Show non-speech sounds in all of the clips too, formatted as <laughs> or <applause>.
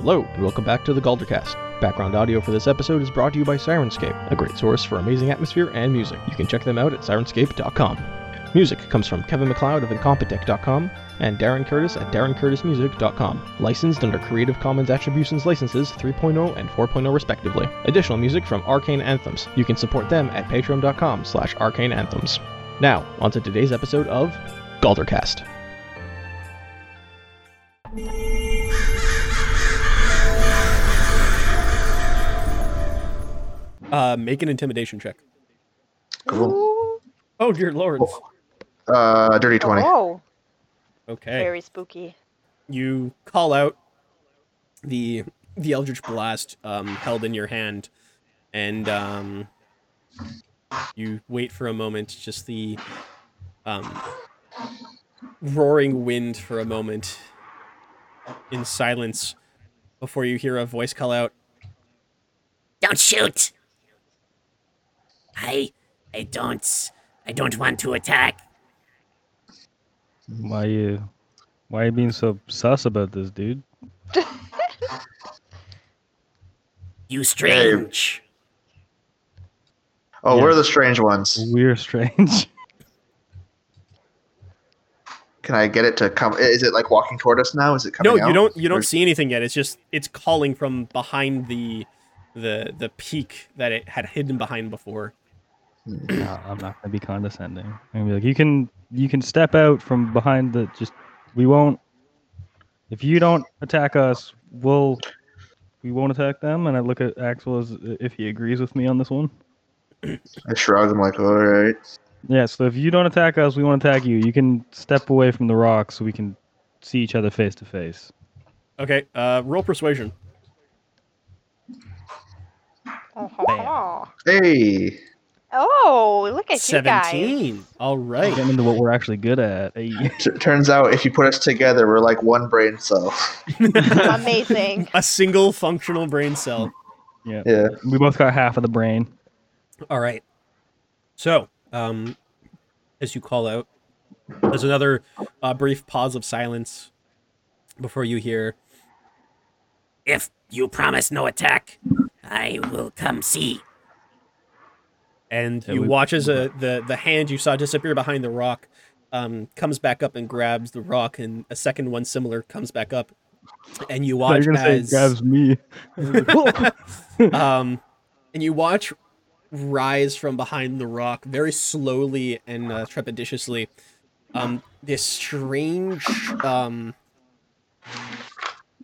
Hello, and welcome back to the Galdercast. Background audio for this episode is brought to you by Sirenscape, a great source for amazing atmosphere and music. You can check them out at sirenscape.com. Music comes from Kevin McLeod of Incompetech.com and Darren Curtis at DarrenCurtisMusic.com, licensed under Creative Commons Attributions Licenses 3.0 and 4.0 respectively. Additional music from Arcane Anthems. You can support them at patreon.com slash arcaneanthems. Now, onto today's episode of Galdercast. Uh, make an intimidation check. Cool. Oh dear lord. Uh, dirty 20. Oh, Okay. very spooky. you call out the the eldritch blast um, held in your hand and um, you wait for a moment just the um, roaring wind for a moment in silence before you hear a voice call out Don't shoot. I I don't I don't want to attack. Why you? Why you being so sus about this, dude? You strange. Oh, Yeah. we're Oh, the strange ones. We're strange. Can I get it to come? Is it like walking toward us now? Is it coming? no you out? don't you Or- don't see anything yet it's just it's calling from behind the the the peak that it had hidden behind before Nah, I'm not gonna be condescending. I'm gonna be like, you can, you can step out from behind the. Just we won't. If you don't attack us, we'll. We won't attack them. And I look at Axel as if he agrees with me on this one. I shrug. I'm like, all right. Yeah. So if you don't attack us, we won't attack you. You can step away from the rock so we can see each other face to face. okay uh roll persuasion Uh-huh. Hey. Oh, look at you guys. 17 all right Getting into what we're actually good at. Hey. T- turns out if you put us together, we're like one brain cell. <laughs> Amazing. a single functional brain cell. Yeah. Yeah. We both got half of the brain. All right. So, um, as you call out, there's another uh, brief pause of silence before you hear. If you promise no attack, I will come see. and Yeah, you we- watch as a, the the hand you saw disappear behind the rock um, comes back up and grabs the rock, and a second one similar comes back up, and you I thought watch you were gonna as say it grabs <laughs> me. um, and you watch rise from behind the rock very slowly and uh, trepidatiously. Um, this strange, um,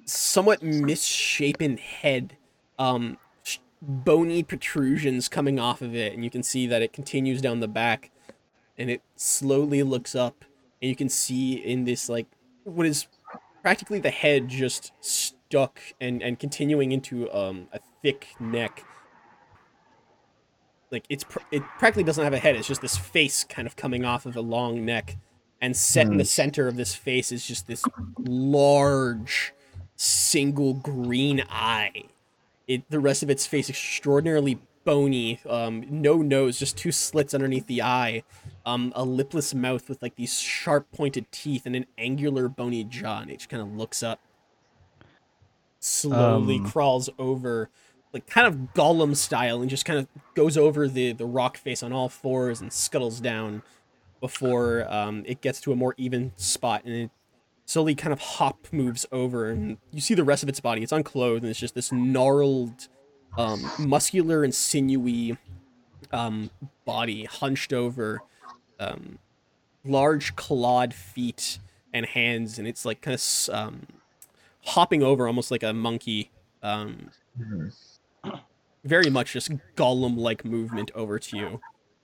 somewhat misshapen head, um, sh- bony protrusions coming off of it, and you can see that it continues down the back, and it slowly looks up, and you can see in this like what is practically the head just stuck and and continuing into um a thick neck like it's pr- it practically doesn't have a head it's just this face kind of coming off of a long neck and set in the center of this face is just this large single green eye it the rest of its face extraordinarily bony um no nose just two slits underneath the eye um, a lipless mouth with like these sharp pointed teeth and an angular bony jaw, and it just kind of looks up, slowly Um. crawls over, like kind of golem style, and just kind of goes over the the rock face on all fours and scuttles down before um, it gets to a more even spot, and it slowly kind of hop moves over, and you see the rest of its body. It's unclothed, and it's just this gnarled, um, muscular and sinewy um, body hunched over um, large clawed feet and hands, and it's like kind of um, hopping over almost like a monkey. Um, Mhm. very much just golem like movement over to you.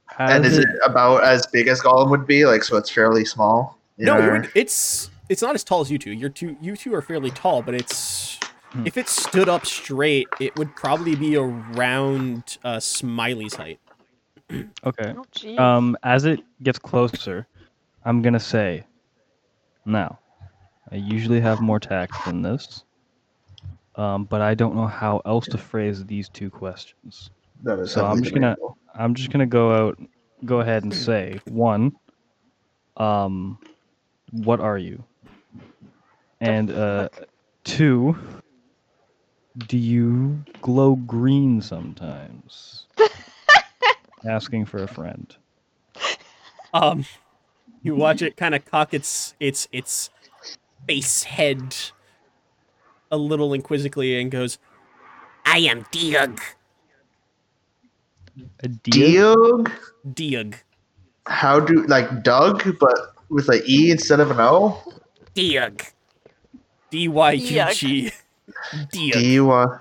How And does is it- it about as big as Gollum would be? Like, so it's fairly small. You No, know? you're, it's it's not as tall as you two. You're two you two are fairly tall, but it's Hmm. if it stood up straight, it would probably be around uh, Smiley's height. Okay. Oh, geez. Um, as it gets closer, I'm gonna say, now, I usually have more tact than this, um, but I don't know how else to phrase these two questions. That is So I'm heavily just gonna- debatable. I'm just gonna go out, go ahead and say one. Um, what are you? And uh, two. Do you glow green sometimes? Asking for a friend. Um, you watch it kind of cock its its its face head a little inquisitively and goes, I am Diog. A deer? Diog? "Diog, How do like Doug, but with an E instead of an O? Diog. D Y U G, Diog, D Y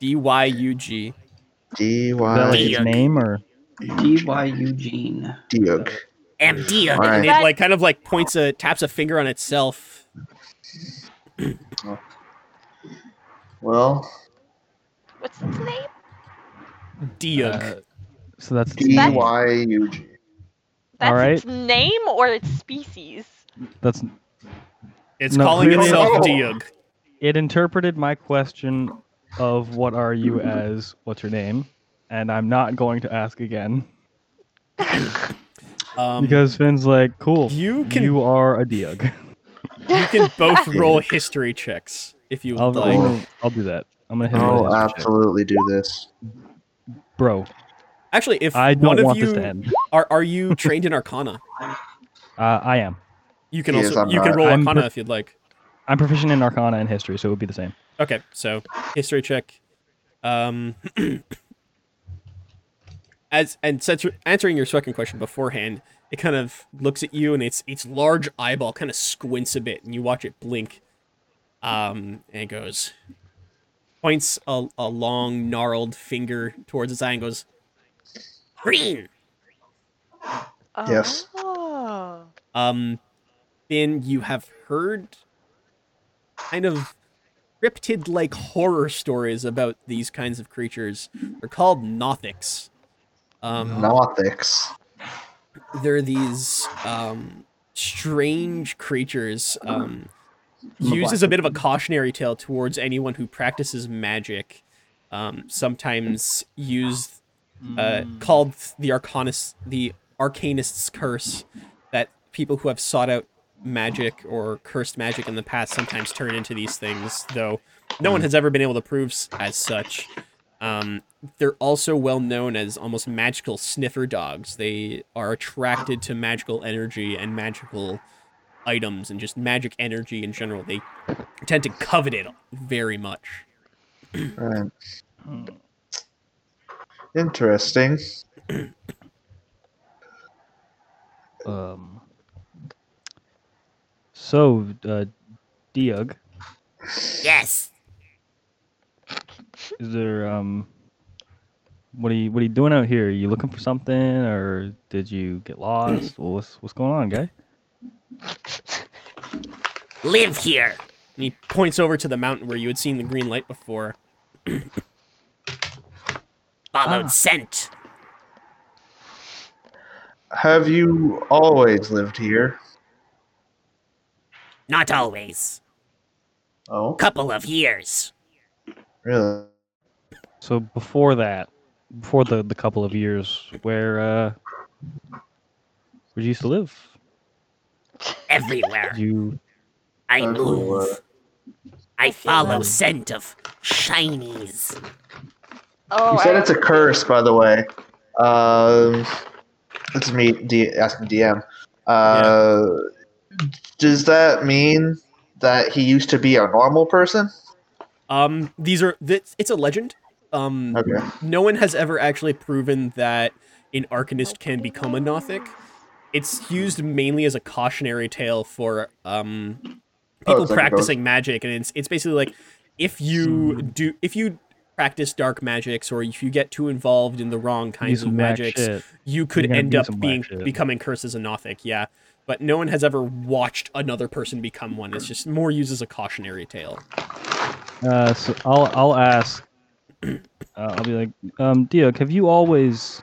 D Y U G." D Is that like Y his Diog. name or D Y Eugene. Diog. Am Diog. All And right. it like kind of like points a taps a finger on itself. Well, What's its name? Diog. Uh, so that's D Y U G. That's Alright. its name or its species? that's it's no, calling clearly- itself Oh. Diog. it interpreted my question of what are <laughs> you as what's your name and i'm not going to ask again Um, because finn's like cool you can you are a diog you <laughs> can both roll history checks if you would <laughs> I'll, like. I'm gonna- I'll do that i'm gonna hit him with I'll a history check. Oh, absolutely do this. bro Actually, if i one don't of want you this to end are are you trained in Arcana, uh, i am you can Yes, also I'm you can not. roll I'm Arcana pre- if you'd like. i'm proficient in arcana and history so it would be the same Okay, so history check. Um, <clears throat> as and since you're answering your second question beforehand, it kind of looks at you and its its large eyeball kind of squints a bit, and you watch it blink. Um, and it goes, points a, a long gnarled finger towards its eye and goes, Green. Yes. Oh. Um, then you have heard kind of cryptid like horror stories about these kinds of creatures. They're called Nothics. Um, Nautics. They're these um, strange creatures. Um, used as a bit of a cautionary tale towards anyone who practices magic. Um, sometimes used uh, called the Arcanist, the Arcanist's Curse, that people who have sought out magic or cursed magic in the past sometimes turn into these things, though no one has ever been able to prove s- as such. Um, they're also well known as almost magical sniffer dogs. They are attracted to magical energy and magical items and just magic energy in general. They tend to covet it very much. Right. Interesting. um so uh diog Yes. Is there um what are you what are you doing out here? Are you looking for something or did you get lost? Well, what's what's going on, guy? Live here. And he points over to the mountain where you had seen the green light before. Followed Ah. scent. Have you always lived here? Not always. Oh, Couple of years. really? So before that, before the, the couple of years, where uh where you used to live? Everywhere. Did you I Everywhere. move. I Um, follow scent of shinies. Oh, you I said don't it's a curse, by the way. Um, it's me D- asking DM. Uh, Does that mean that he used to be a normal person? Um, these are th- it's a legend. Um, Mm-hmm. Okay. no one has ever actually proven that an arcanist can become a Nothic. It's used mainly as a cautionary tale for um, Oh, people it's like a practicing magic, and it's it's basically like if Hmm. you do if you practice dark magics or if you get too involved in the wrong do kinds of some whack magics, shit? you could gonna end do up some whack being shit. becoming cursed as a Nothic. Yeah, but no one has ever watched another person become one. It's just more used as a cautionary tale. Uh, so I'll I'll ask. Uh, I'll be like, um, Diog, have you always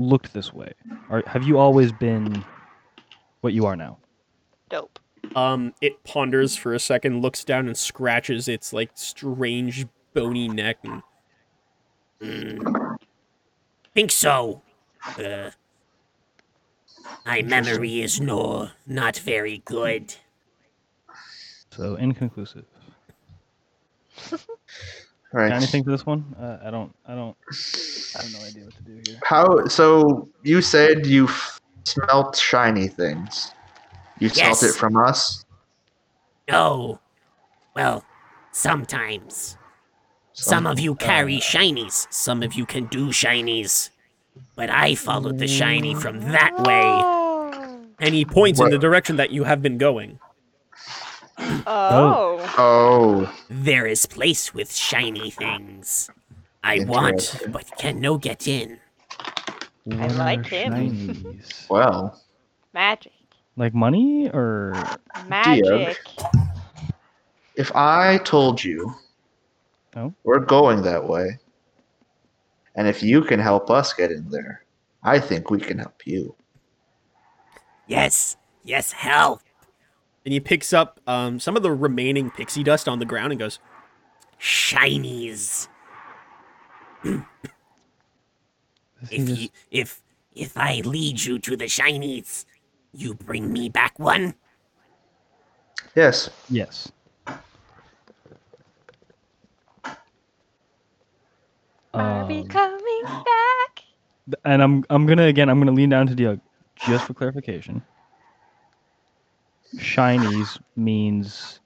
looked this way, or have you always been what you are now? dope. Um, it ponders for a second, looks down and scratches its like strange bony neck. And, Mm. Think so. Uh, my memory is no, not very good. So inconclusive. Right. Got anything for this one? Uh, I don't. I don't. I have no idea what to do here. How? So you said you f- smelt shiny things. You smelt Yes. it from us. No. Well, sometimes. Some of you carry shinies, some of you can do shinies. But I followed the shiny from that way. Oh. And he points What? in the direction that you have been going. Oh. Oh, There is place with shiny things. I want, Interesting. but can no get in. I like him. well. Magic. <laughs> like money or Magic. If I told you Oh. we're going that way, and if you can help us get in there, I think we can help you. Yes, yes, help. And he picks up um, some of the remaining pixie dust on the ground and goes, Shinies. Does he If just- you, if if I lead you to the shinies, you bring me back one. Yes. yes. Are we Um, coming back? Th- and I'm I'm gonna again I'm gonna lean down to Diog just for clarification. Shinies means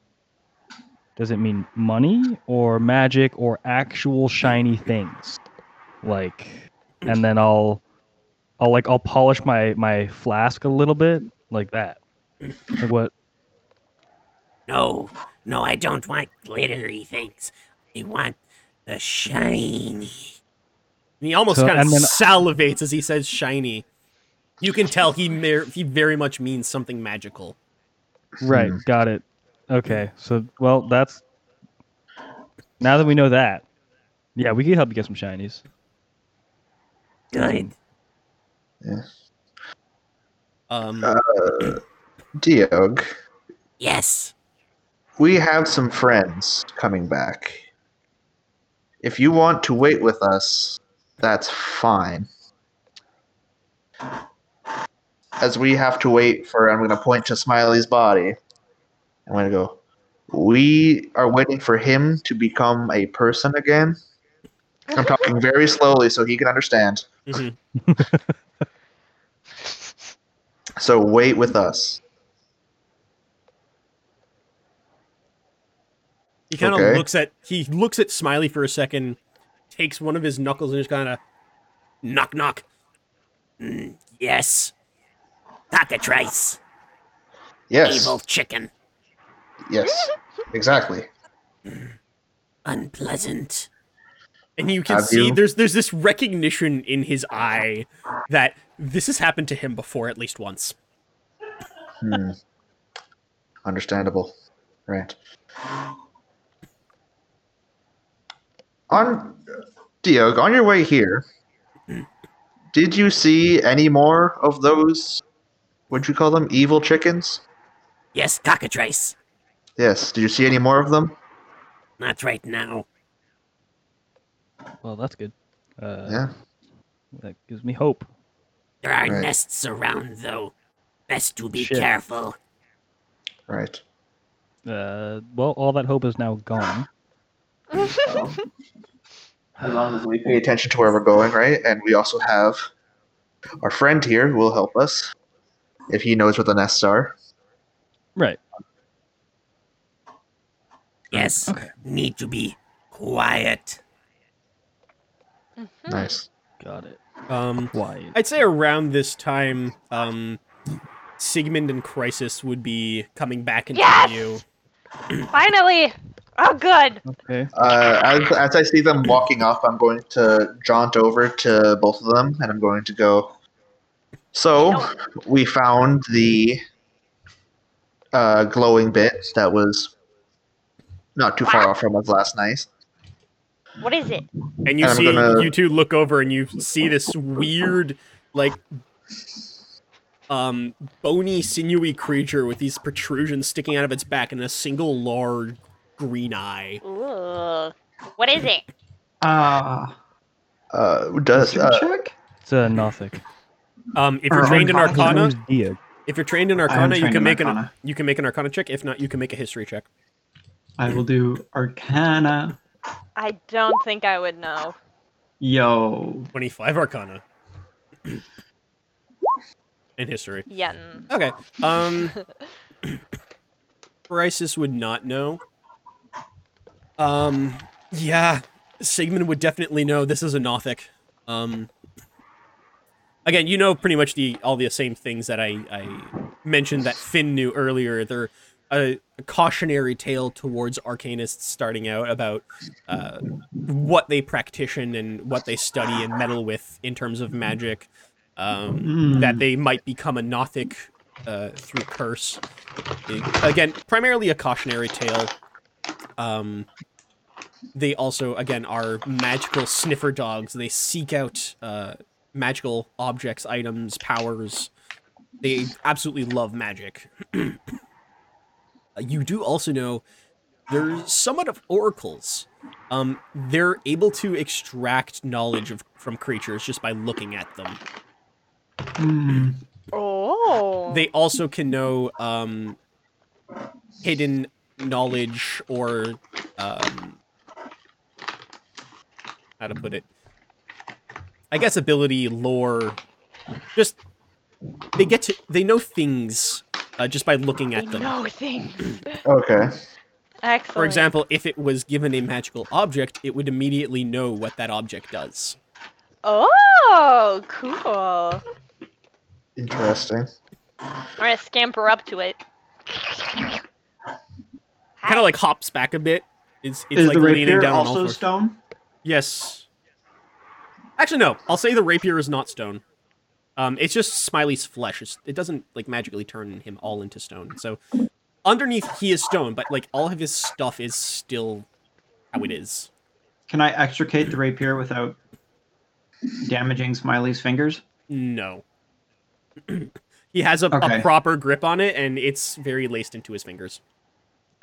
does it mean money or magic or actual shiny things? Like and then I'll I'll like I'll polish my my flask a little bit like that. Like what No, no, I don't want glittery things. I want the shiny. and he almost So- kind of and then- salivates as he says shiny. You can tell he mer- he very much means something magical. right, got it. Okay. So well that's now that we know that. Yeah, we can help you get some shinies. Good. Um, Uh, Diog, Yes. we have some friends coming back. If you want to wait with us, that's fine. As we have to wait for, I'm going to point to Smiley's body. I'm going to go, we are waiting for him to become a person again. I'm talking very slowly so he can understand. mhm. So wait with us. He kind of Okay. looks at he looks at Smiley for a second, takes one of his knuckles and just kind of knock knock. Mm, yes. Cockatrice. Yes. Evil chicken. Yes. Exactly. Unpleasant. And you can Have see you? there's there's this recognition in his eye that this has happened to him before at least once. Hmm. Understandable. Right. On Diog, on your way here, did you see any more of those? Would you call them evil chickens? Yes, cockatrice. Yes. Did you see any more of them? Not right now. Well that's good. Uh yeah. that gives me hope. There are Right. nests around, though. Best to be Shit. careful. Right. Uh, well, all that hope is now gone. As long as we Pay pay attention to where we're going, right? And we also have our friend here who will help us if he knows where the nests are. Right. Yes. Okay. Need to be quiet. Hmm. Mm-hmm. Nice. Got it. Um, Quiet. I'd say around this time, um, Sigmund and Crisis would be coming back into Yes! view. Finally. Oh, good. Okay. Uh, as, as I see them walking up, I'm going to jaunt over to both of them, and I'm going to go. So we found the uh, glowing bit that was not too far off from us last night. What is it? And you I'm see, gonna- you two look over and you see this weird, like, um, bony, sinewy creature with these protrusions sticking out of its back and a single large green eye. Ugh. What is it? Ah. Uh, does Uh, uh, check? It's a Nothic. Um, if you're Or trained in Arcana. Arcana, His name's Diog. if you're trained in am Arcana, you trained can in make an Arcana. you can make an Arcana check. If not, you can make a History check. I will do Arcana. I don't think I would know. Yo. 25 Arcana. <clears throat> In history. Yen. Okay. Um, Brysis would not know. Um, yeah, Sigmund would definitely know. This is a Nothic. Um, again, you know pretty much the all the same things that I, I mentioned that Finn knew earlier. They're a, a cautionary tale towards arcanists starting out about uh, what they practition and what they study and meddle with in terms of magic. Um, that they might become a Nothic uh, through curse. Again, primarily a cautionary tale. Um, they also, again, are magical sniffer dogs. They seek out uh, magical objects, items, powers. They absolutely love magic. <clears throat> Uh, you do also know they're somewhat of oracles. Um, they're able to extract knowledge of, from creatures just by looking at them. Mm. Oh. they also can know um, hidden knowledge or um, how to put it i guess ability lore just they get to they know things uh, just by looking They at them know things. Okay. Excellent. for example if it was given a magical object it would immediately know what that object does Oh, cool. I'm Interesting. gonna scamper up to it. kind of like hops back a bit it's, it's Is like the leaning rapier down on all also fours. stone? Yes. Actually, no. I'll say the rapier is not stone. Um, it's just Smiley's flesh. It's, it doesn't like magically turn him all into stone. So underneath, he is stone, but like all of his stuff is still how it is. Can I extricate the rapier without damaging Smiley's fingers? No. <clears throat> he has a, a Okay. proper grip on it, and it's very laced into his fingers.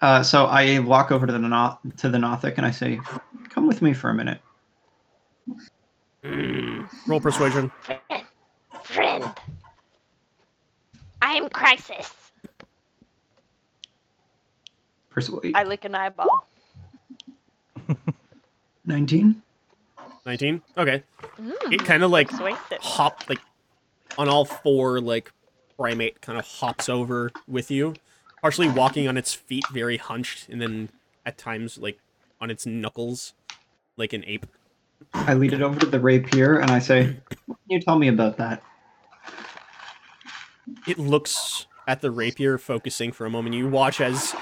Uh, so I walk over to the Noth- to the Nothic and I say, "Come with me for a minute." Roll persuasion. Friend. Friend. I am Crisis. Persuade. I lick an eyeball. Nineteen. Nineteen. Okay. Mm, It kind of like persuasive. hop like on all four like primate kind of hops over with you partially walking on its feet very hunched and then at times like on its knuckles like an ape I lead it over to the rapier and I say, "What can you tell me about that?" it looks at the rapier focusing for a moment you watch as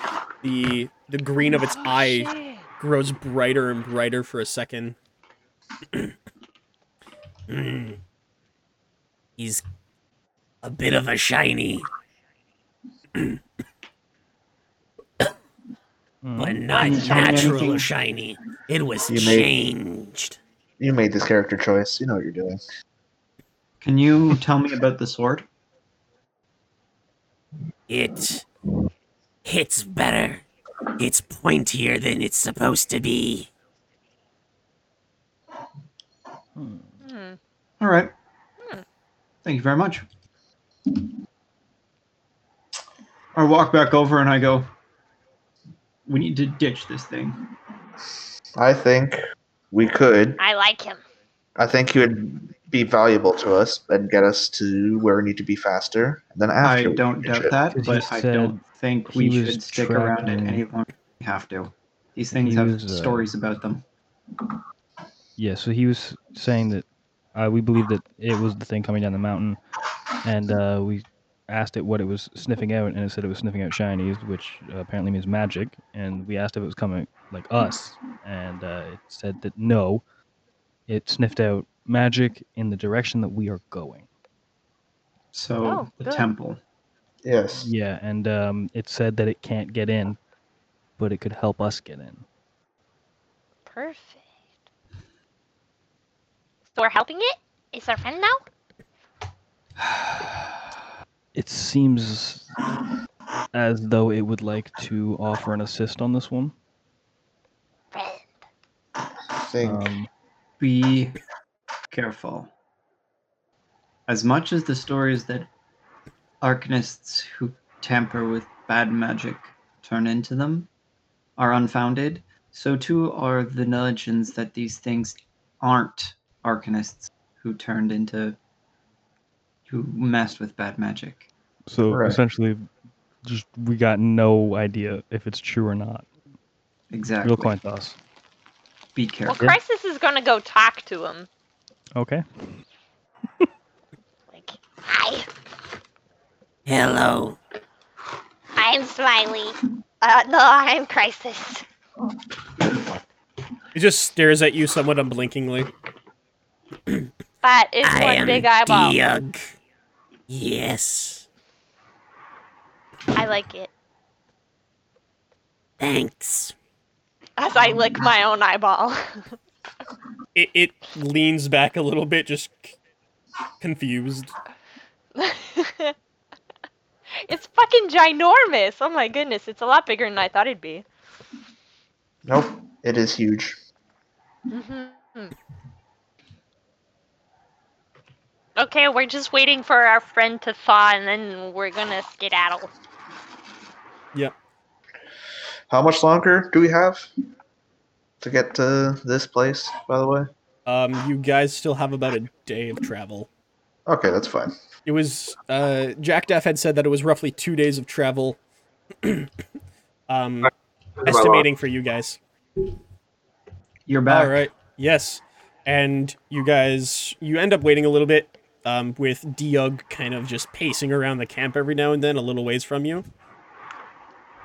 the the green of its Oh, eye shit. grows brighter and brighter for a second <clears throat> He's a bit of a shiny, Hmm. but not Can you tell me natural anything? shiny. It was You may- changed. You made this character choice. You know what you're doing. Can you tell me about the sword? It hits better. It's pointier than it's supposed to be. Hmm. All right. Thank you very much. I walk back over and I go, We need to ditch this thing. I think we could. I like him. I think he would be valuable to us and get us to where we need to be faster. And then I after, we don't ditch doubt it. that, 'Cause he but I said don't think he we was should stick around it tracking- any longer than we have to. These things He have was, uh, stories about them. Yeah, so he was saying that uh, we believe that it was the thing coming down the mountain, and uh, we asked it what it was sniffing out, and it said it was sniffing out shinies, which uh, apparently means magic. And we asked if it was coming like us, and uh, it said that no, it sniffed out magic in the direction that we are going. So, Oh, the good. temple. Yes. Yeah, and um, it said that it can't get in, but it could help us get in. Perfect. So we're helping it? It's our friend now? It seems as though it would like to offer an assist on this one. Friend. I think Um, Be careful. As much as the stories that arcanists who tamper with bad magic turn into them are unfounded, So too are the legends that these things aren't arcanists who turned into who messed with bad magic. So Right. essentially, just we got no idea if it's true or not. Exactly. Real coin toss. Be Well, careful. Crisis is gonna go talk to him. Okay. Like, hi, Hello. I'm Smiley. Uh, no, I'm Crisis. He just stares at you somewhat unblinkingly. That is I one am uh, big eyeball. Diog. Yes. I like it. Thanks. As I lick my own eyeball. <laughs> It, it leans back a little bit, just c- confused. it's fucking ginormous. Oh my goodness, it's a lot bigger than I thought it'd be. Nope, it is huge. Mhm. Okay, we're just waiting for our friend to thaw and then we're gonna skedaddle. How much longer do we have to get to this place? By the way, Um, you guys still have about a day of travel. okay, that's fine. It was uh, Jack Duff had said that it was roughly two days of travel. <clears throat> um, estimating for you guys. You're back. All right. Yes. And you guys, you end up waiting a little bit um, with Diog kind of just pacing around the camp every now and then, a little ways from you.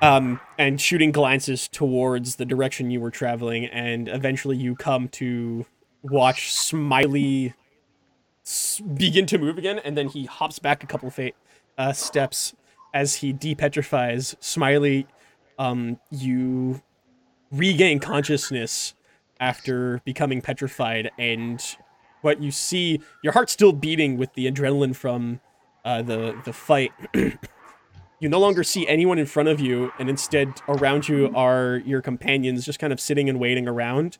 Um, and shooting glances towards the direction you were traveling. And eventually you come to watch Smiley s- begin to move again. And then he hops back a couple of fa- uh, steps as he depetrifies. Smiley, um, you regain consciousness after becoming petrified and what you see your heart's still beating with the adrenaline from uh, the the fight <clears throat> you no longer see anyone in front of you and instead around you are your companions just kind of sitting and waiting around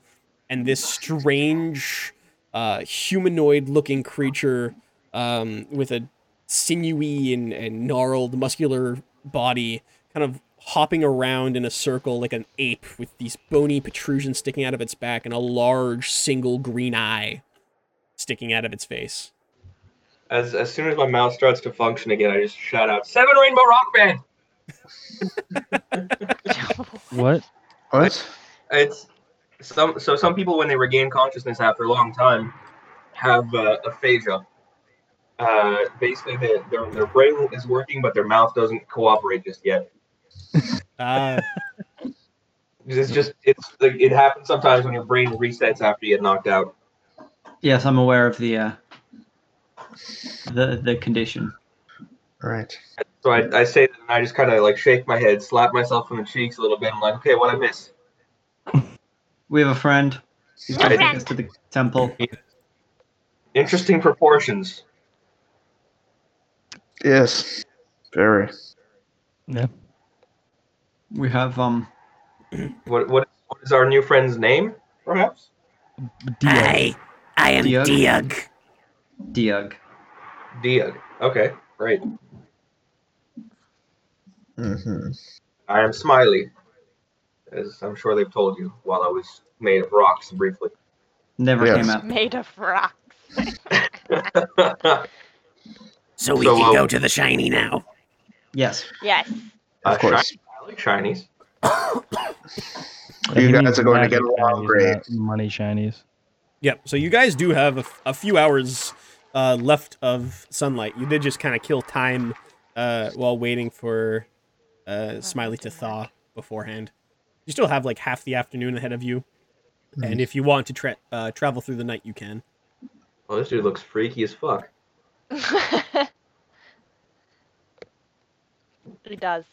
and this strange uh, humanoid looking creature um, with a sinewy and, and gnarled muscular body kind of hopping around in a circle like an ape with these bony protrusions sticking out of its back and a large single green eye sticking out of its face As as soon as my mouth starts to function again, I just shout out Seven Rainbow Rock Band. What? What? It's some so some people when they regain consciousness after a long time have uh, aphasia. Uh, basically, they, their their brain is working, but their mouth doesn't cooperate just yet. uh, It's just it's like it happens sometimes when your brain resets after you get knocked out. Yes, I'm aware of the uh, the the condition. All right. So I, I say that and I just kind of like shake my head, slap myself on the cheeks a little bit. I'm like, okay, what I miss? We have a friend. He's going to take friend. us to the temple. Interesting proportions. Yes. Very. We have um What what what is our new friend's name? Perhaps. Diog. I I am Diog? Diog. Diog. Diog. Okay, great. hmm I am Smiley, as I'm sure they've told you while I was made of rocks briefly. <laughs> Never Yes. came up. Made of rocks. A So we So, can um, go to the shiny now. Yes. Yes. <laughs> Of course. shiny- I like shinies. You He guys means are going to get magic along shinies, great. not Money shinies. Yep. So you guys do have a, f- a few hours uh, left of sunlight. You did just kind of kill time uh, while waiting for uh, Smiley to thaw beforehand. You still have like half the afternoon ahead of you, and if you want to tra- uh, travel through the night, you can. Well, Oh, this dude looks freaky as fuck. he does.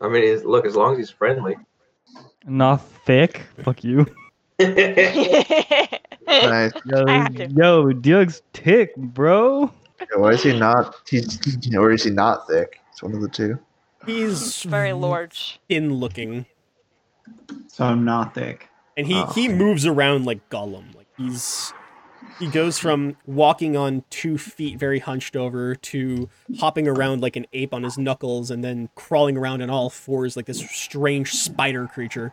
I mean, he's, look, as long as he's friendly. <laughs> Not thick. Fuck you. I Nice. Yo, have to. yo, Diog's tick, bro. Why is he not? He's or is he not thick? It's one of the two. He's <laughs> Very large. thin looking, So I'm not thick. and he Oh, he moves around like Gollum. Like he's he goes from walking on two feet, very hunched over, to hopping around like an ape on his knuckles, and then crawling around on all fours like this strange spider creature.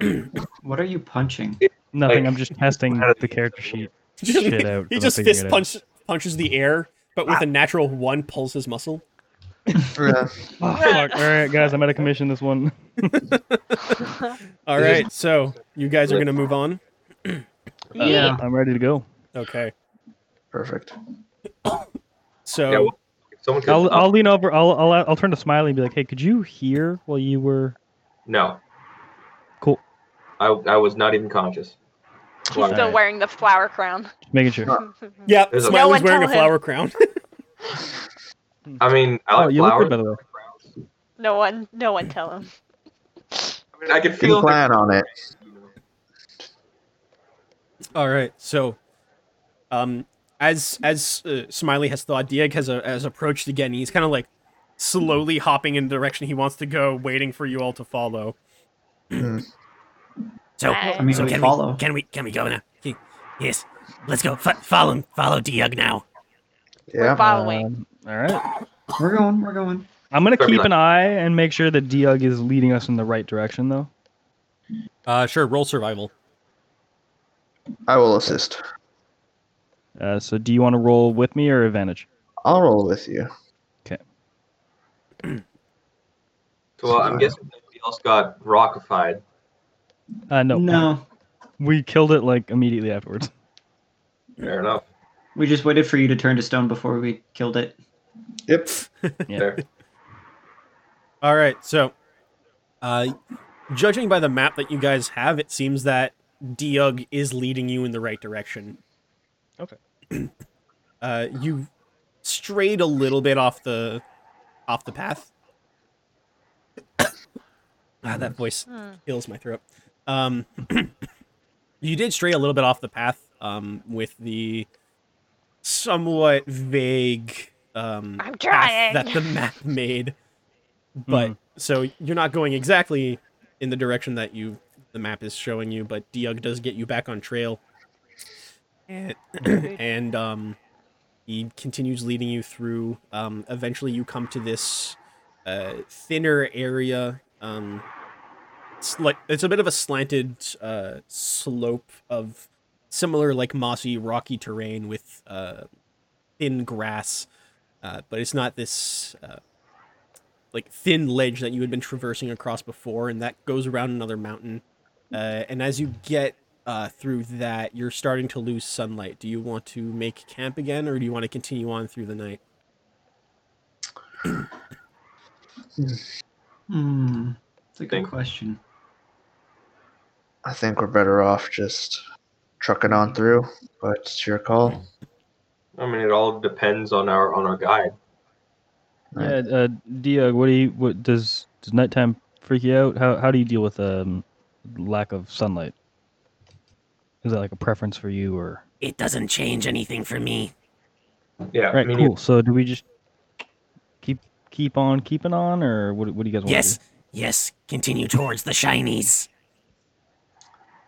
<laughs> What are you punching? Nothing. Like, I'm just <laughs> testing how do the they- character sheet. He Shit out he for just figuring fist it out. punch, punches the air, but Ah. with a natural one pulls his muscle. Uh, Oh, fuck. All right, guys, I'm out of commission this one. All It is- right, so you guys are gonna move on. Yeah. I'm ready to go. Okay, <laughs> perfect. Yeah, so well, if someone could, I'll, I'll lean over. I'll, I'll I'll turn to Smiley and be like, "Hey, could you hear while you were <laughs> no. Cool. I, I was not even conscious. He's still Alright. wearing the flower crown. just making sure?" yeah, There's a- No Smiley's one wearing a tell him. flower crown. I mean, I Oh, like you look flowers. good by the way. <laughs> no one, no one tell him. I mean, I could Can feel plan on it. All right, so um, as as uh, Smiley has thought, Dieg has a, has approached again. and He's kind of like slowly hopping in the direction he wants to go, waiting for you all to follow. So, I- I mean, so we can follow. we can we can we go now? Ye- Yes, let's go. F- follow him. Follow Diog now. Yeah. Following. Um, all right. We're going. We're going. I'm gonna Sorry, keep like- an eye and make sure that Diog is leading us in the right direction, though. Uh, sure, roll survival. I will assist. Uh, so, do you want to roll with me or advantage? I'll roll with you. So uh, I'm guessing nobody else got rockified. Uh, no. No. We killed it like immediately afterwards. Fair enough. We just waited for you to turn to stone before we killed it. Yep. Yeah. Fair. All right, so uh, judging by the map that you guys have, it seems that Diog is leading you in the right direction. Okay. <clears throat> uh, you strayed a little bit off the off the path. <coughs> ah, that voice Hmm. kills my throat. Um, <clears throat> you did stray a little bit off the path um, with the somewhat vague um, I'm path trying. <laughs> that the map made. But so you're not going exactly in the direction that you the map is showing you, but Diog does get you back on trail. And, <clears throat> and um he continues leading you through. Um eventually you come to this uh thinner area. Um it's like it's a bit of a slanted uh slope of similar like mossy rocky terrain with uh thin grass uh, but it's not this uh, like thin ledge that you had been traversing across before, and that goes around another mountain. Uh, and as you get uh, through that, you're starting to lose sunlight. Do you want to make camp again, or do you want to continue on through the night? Hmm. It's a good Think. question. I think we're better off just trucking on through, but it's your call. I mean, it all depends on our on our guide. Yeah, uh, Diog, what do you? What does does nighttime freak you out? How how do you deal with um lack of sunlight? Is that like a preference for you or? It doesn't change anything for me. Yeah. Right, I mean, cool. So do we just keep keep on keeping on, or what? What do you guys want? Yes, yes. Continue towards the shinies.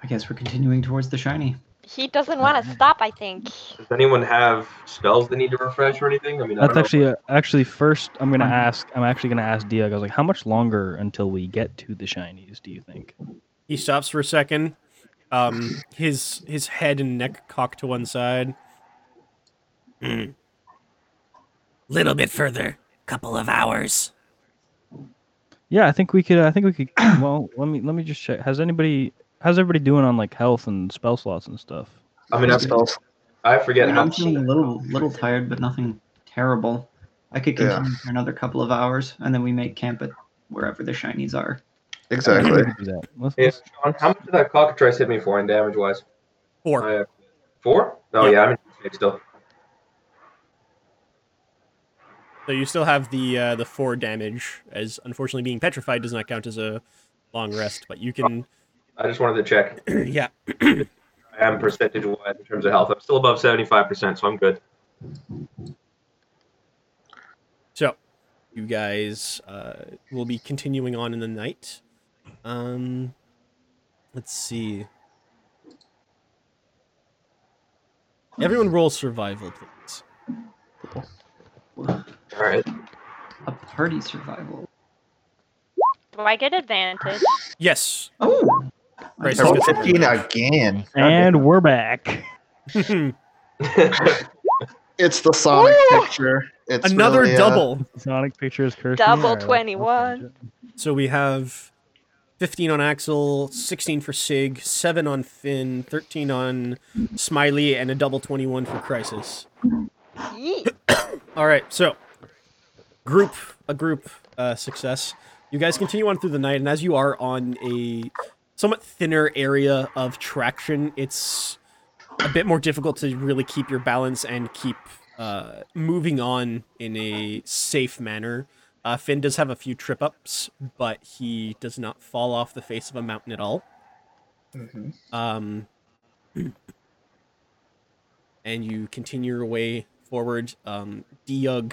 I guess we're continuing towards the shiny. He doesn't want to stop. I think. Does anyone have spells they need to refresh or anything? I mean, I That's don't actually know. uh, actually first. I'm gonna Mhm. ask. I'm actually gonna ask Diog. I was like, how much longer until we get to the shinies? Do you think? He stops for a second. Um, his his head and neck cocked to one side. Hmm. Little bit further. Couple of hours. Yeah, I think we could. I think we could. well, let me let me just check. Has anybody? How's everybody doing on like health and spell slots and stuff? I mean, I, Spells- I forget I'm how. feeling a little little tired, but nothing terrible. I could Yeah. continue for another couple of hours, and then we make camp at wherever the shinies are. Exactly. We could do that. Let's- Yeah, let's- Sean, how much did that cockatrice hit me for in damage wise? Four. I, four? Oh Yeah. yeah, I'm in good shape still. So you still have the uh, the four damage, as unfortunately being petrified does not count as a long rest, but you can <clears throat> I just wanted to check. yeah I am percentage wise in terms of health. I'm still above seventy five percent, so I'm good. So, you guys uh, will be continuing on in the night. Um, let's see. Everyone roll survival, please. All right. A party survival. Do I get advantage? <laughs> Yes. Oh, Right, so Roll it's- 15 again. And we're back. It's the Sonic Woo! picture. It's Another really, uh, double. Sonic Pictures cursed. Double Alright, I'll- I'll 21. change it. So we have 15 on Axel, 16 for Sig, 7 on Finn, 13 on Smiley, and a double 21 for Crisis. Yeet. All right, so group a group uh, success. You guys continue on through the night, and as you are on a somewhat thinner area of traction, it's a bit more difficult to really keep your balance and keep uh, moving on in a safe manner. Uh, Finn does have a few trip ups, but he does not fall off the face of a mountain at all. Mhm. Um, and you continue your way forward. Um, Deug,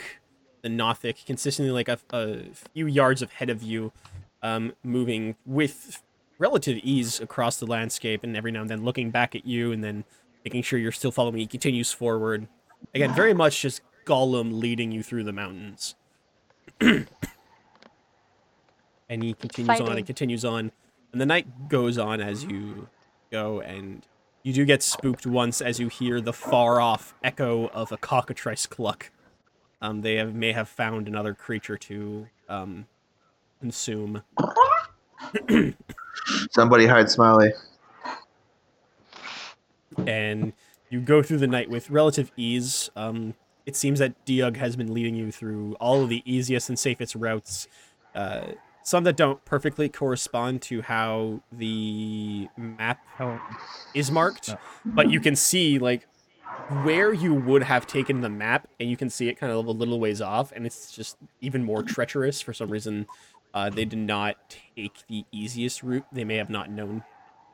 the Nothic, consistently like a, a few yards ahead of you, um, moving with relative ease across the landscape, and every now and then looking back at you, and then making sure you're still following. He continues forward. Again, very much just Gollum leading you through the mountains. <clears throat> and he continues on Exciting. and continues on. And the night goes on as you go, and you do get spooked once as you hear the far off echo of a cockatrice cluck. Um, they have, may have found another creature to um, consume. Somebody hide Smiley. and you go through the night with relative ease. Um, it seems that Diog has been leading you through all of the easiest and safest routes, uh, some that don't perfectly correspond to how the map is marked, Oh. but you can see like where you would have taken the map, and you can see it kind of a little ways off, and it's just even more treacherous for some reason. Uh, they did not take the easiest route. They may have not known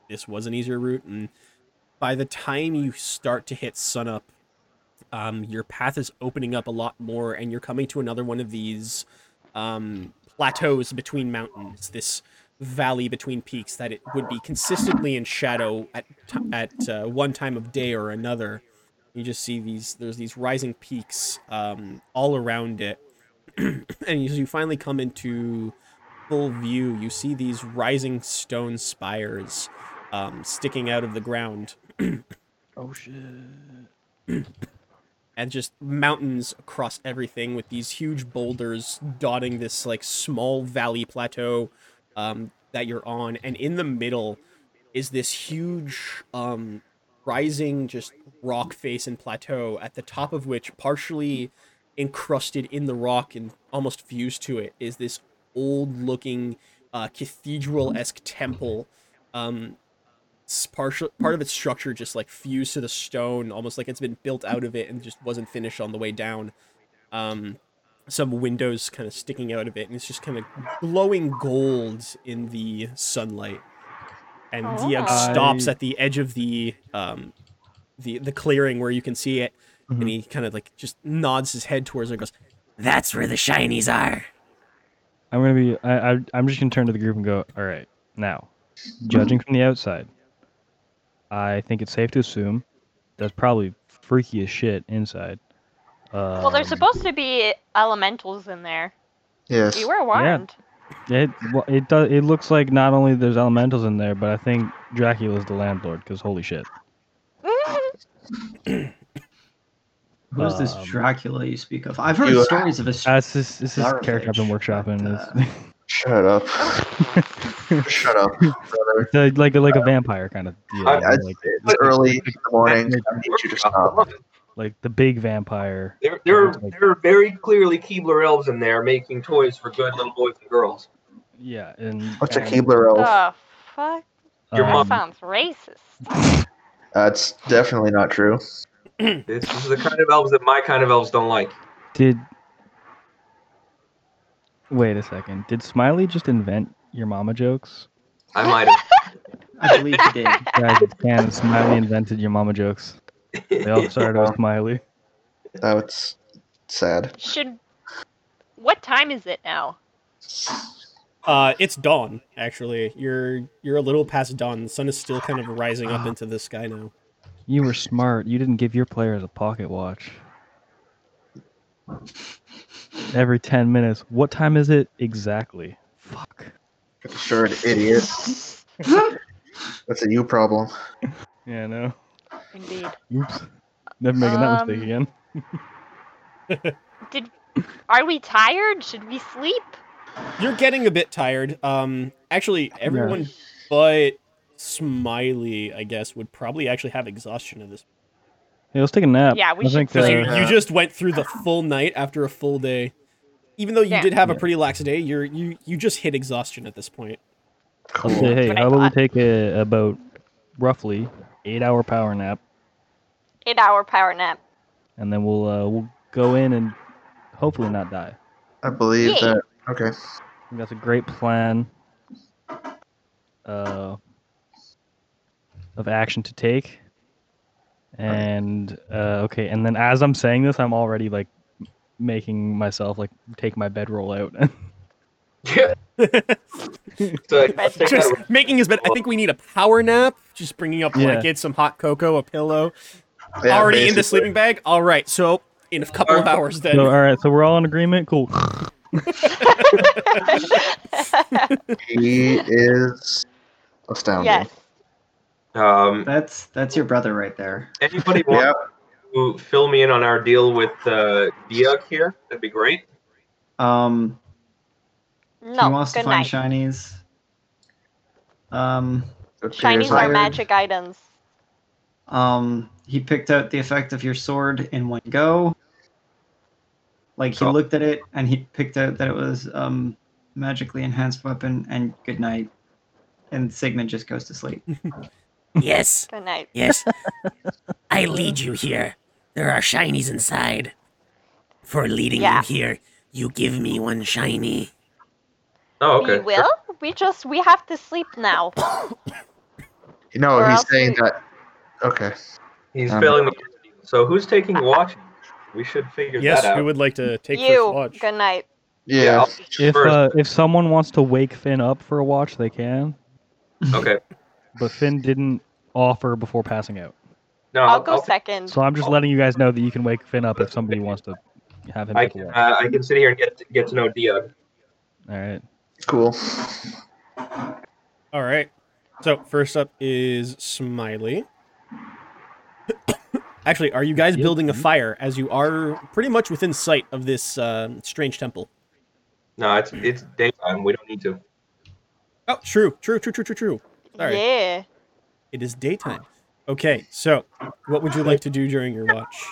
this was an easier route, and by the time you start to hit sunup, um, your path is opening up a lot more, and you're coming to another one of these um, plateaus between mountains. This valley between peaks that it would be consistently in shadow at t- at uh, one time of day or another. You just see these there's these rising peaks um, all around it, <clears throat> and as you finally come into full view, you see these rising stone spires um, sticking out of the ground. <clears throat> Oh shit. and just mountains across everything with these huge boulders dotting this like small valley plateau um, that you're on and in the middle is this huge um, rising just rock face and plateau at the top of which partially encrusted in the rock and almost fused to it is this old looking uh, cathedral-esque temple um, s- partial part of its structure just like fused to the stone, almost like it's been built out of it and just wasn't finished on the way down. Um, some windows kind of sticking out of it, and it's just kind of glowing gold in the sunlight. And Oh. Diag stops I- at the edge of the um, the the clearing where you can see it, and he kind of like just nods his head towards it and goes, That's where the shinies are. I'm gonna be. I, I I'm just gonna turn to the group and go. All right, now, judging from the outside, I think it's safe to assume that's probably freaky as shit inside. Um, well, there's supposed to be elementals in there. Yes. You were warned. <laughs> It well, it does. It looks like not only there's elementals in there, but I think Dracula's the landlord. Cause holy shit. Who's this Um, Dracula you speak of? I've heard You- stories of a s- Uh, it's this this is Our character I've been village, but, workshopping. uh, <laughs> It's- Shut up. Shut up, brother. It's like like a, like a vampire kind of deal. I- you know, I- like, It's early in the morning. Like- I need you to stop. like the big vampire. <laughs> There, there, are, there are very clearly Keebler elves in there making toys for good little boys and girls. Yeah, and What's a and, uh, Keebler elf? The fuck? Your That mom. sounds racist. That's definitely not true. This, this is the kind of elves that my kind of elves don't like. Did wait a second? Did Smiley just invent your <laughs> mama jokes? I might have. I believe he did. Guys, it's canon. Smiley invented your mama jokes. <laughs> They all started with Smiley. That's sad. Should. What time is it now? Uh, it's dawn. Actually, you're you're a little past dawn. The sun is still kind of rising up into the sky now. You were smart. You didn't give your players a pocket watch. Every ten minutes. What time is it exactly? Fuck. Sure, an idiot. That's a you problem. Yeah, no. Indeed. Oops. Never making that mistake Um, again. Did are we tired? Should we sleep? You're getting a bit tired. Um, actually, everyone but Smiley, I guess, would probably actually have exhaustion at this. Hey, let's take a nap. Yeah, we I should think, So you, uh, Yeah. you just went through the full night after a full day. Even though you Yeah. did have a Yeah. pretty lax day, you're you you just hit exhaustion at this point. let's say, hey, That's what I how about we thought. take a, about roughly eight hour power nap, Eight hour power nap. <laughs> and then we'll uh, we'll go in and hopefully not die. I believe Yay. that. Okay. I think that's a great plan uh, of action to take. And uh, okay, and then as I'm saying this, I'm already like making myself like take my bedroll out. <laughs> <laughs> Yeah. so like, I'll take Just that with- making his bed. I think we need a power nap. Just bringing up Yeah. blankets, some hot cocoa, a pillow. Yeah, Already in the basically. sleeping bag. All right, so in a couple of hours then. so, all right, so we're all in agreement. Cool. He is astounding. yes. um, That's that's your brother right there. anybody want Yep. to fill me in on our deal with uh, Diok here? That'd be great. Um, he No. wants to Good find night. shinies. Um, It Shinies appears are like- magic items. um, he picked out the effect of your sword in one go. Like he Oh. looked at it and he picked out that it was um magically enhanced weapon and good night. And Sigmund just goes to sleep. Yes, Good night. yes. I lead you here. There are shinies inside. For leading Yeah. you here, you give me one shiny. Oh, okay. We will. We just we have to sleep now. No, Or he's else saying we- that. Okay. He's Um, failing the. So who's taking watch? We should figure Yes, that out. who would like to take first you. watch? Good night. Yeah. I'll If first. uh, if someone wants to wake Finn up for a watch, they can. uh, okay. But Finn didn't offer before passing out, No, I'll go take- second. so I'm Oh. just letting you guys know that you can wake Finn up if somebody wants to have him I take a can, watch. uh, I can sit here and get get to know Diog. All right. Cool. All right. So first up is Smiley. <coughs> Actually, are you guys Yep. building a fire as you are pretty much within sight of this uh, strange temple? No, it's it's daytime. We don't need to. Oh, true, true, true, true, true, true. Sorry. Yeah. <laughs> It is daytime. Okay, so what would you like to do during your watch?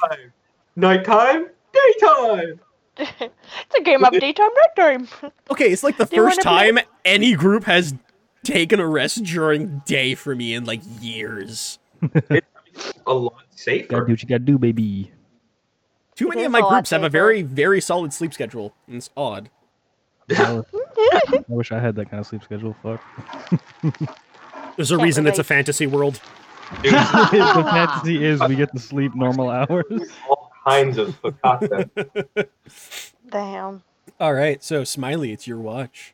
Nighttime, daytime. it's a game of daytime nighttime. Okay, it's like the Do you first wanna time any group has taken a rest during day for me in like years. A Gotta lot safer. do what you gotta do, <laughs> baby. Too It many is of my a lot groups have a safer. very, very solid sleep schedule, and it's odd. I wish I had that kind of sleep schedule. <laughs> Fuck. There's a Can't reason it's a relate. fantasy world. <laughs> There's the fantasy is we get to sleep normal hours. all kinds of <laughs> fakata. Damn. All right, so Smiley, it's your watch.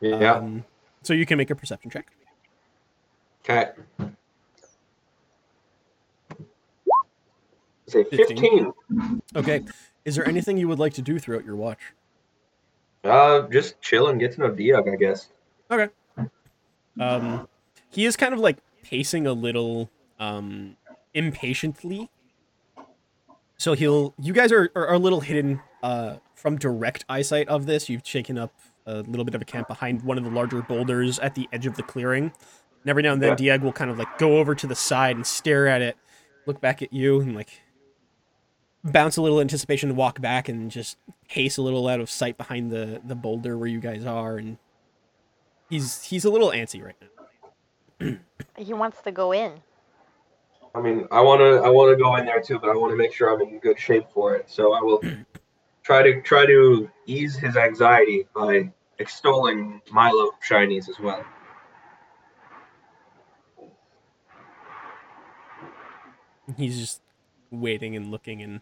Yeah. Um, so you can make a perception check. okay. Say Fifteen. fifteen. Okay. Is there anything you would like to do throughout your watch? Uh, just chill and get to know Diog, I guess. Um, he is kind of like pacing a little um, impatiently. So he'll. You guys are, are, are a little hidden uh, from direct eyesight of this. You've shaken up a little bit of a camp behind one of the larger boulders at the edge of the clearing. And every now and then, Diag will kind of like go over to the side and stare at it, look back at you, and like bounce a little anticipation and walk back and just pace a little out of sight behind the the boulder where you guys are. And he's he's a little antsy right now. He wants to go in. I mean, I wanna I wanna go in there too, but I wanna make sure I'm in good shape for it. So I will try to try to ease his anxiety by extolling Milo shinies as well. He's just waiting and looking and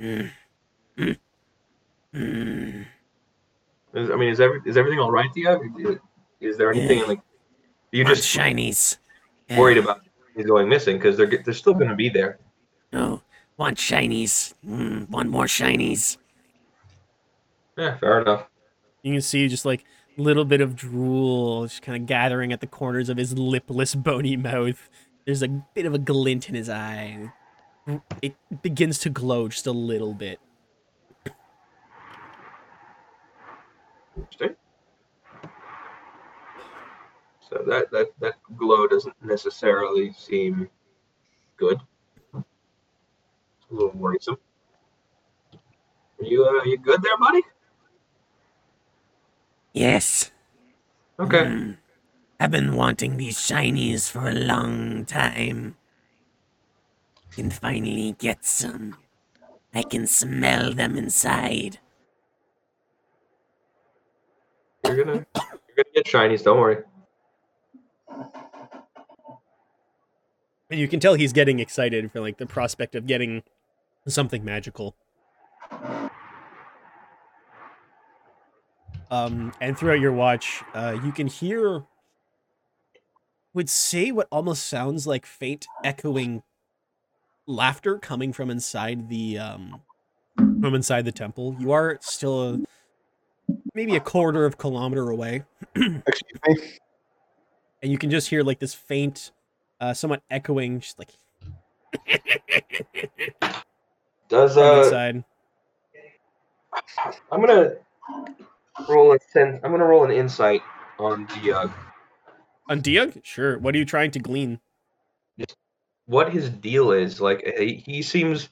Hmm. Mm. Is, I mean, is every, is everything all right, Diog? Is, is there anything like you One just shinies. Uh, worried about is going missing because they're they're still gonna be there. No, want shinies. Mm, want more shinies. Yeah, fair enough. you can see just like little bit of drool just kind of gathering at the corners of his lipless, bony mouth. There's a bit of a glint in his eye. It begins to glow just a little bit. Interesting. So that, that, that glow doesn't necessarily seem good. A little worrisome. Are you, uh, you good there, buddy? Yes. Okay. Hmm. I've been wanting these shinies for a long time. Can finally get some. I can smell them inside. You're gonna you're gonna get shinies, don't worry. And you can tell he's getting excited for like the prospect of getting something magical. Um, and throughout your watch, uh, you can hear would say what almost sounds like faint echoing laughter coming from inside the um from inside the temple. You are still a, maybe a quarter of kilometer away, Excuse me. and you can just hear like this faint, uh, somewhat echoing, just like Does from uh inside. I'm gonna roll a ten I'm gonna roll an insight on the uh On Diog? Sure. What are you trying to glean? what his deal is. Like eh, he, he seems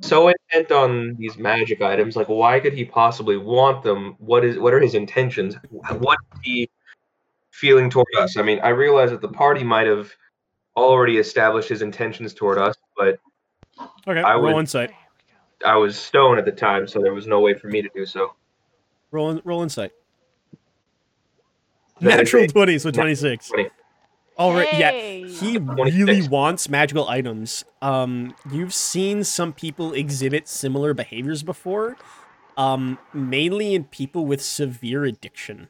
so intent on these magic items. Like why could he possibly want them? What is what are his intentions? What is he feeling toward us? I mean, I realize that the party might have already established his intentions toward us, but Okay, I roll would- insight. I was stone at the time, so there was no way for me to do so. Roll in, roll insight. That is Natural a- twenty, so natural twenty six. 20. All right, Hey. yeah. He 26. really wants magical items. Um, you've seen some people exhibit similar behaviors before, um, mainly in people with severe addiction.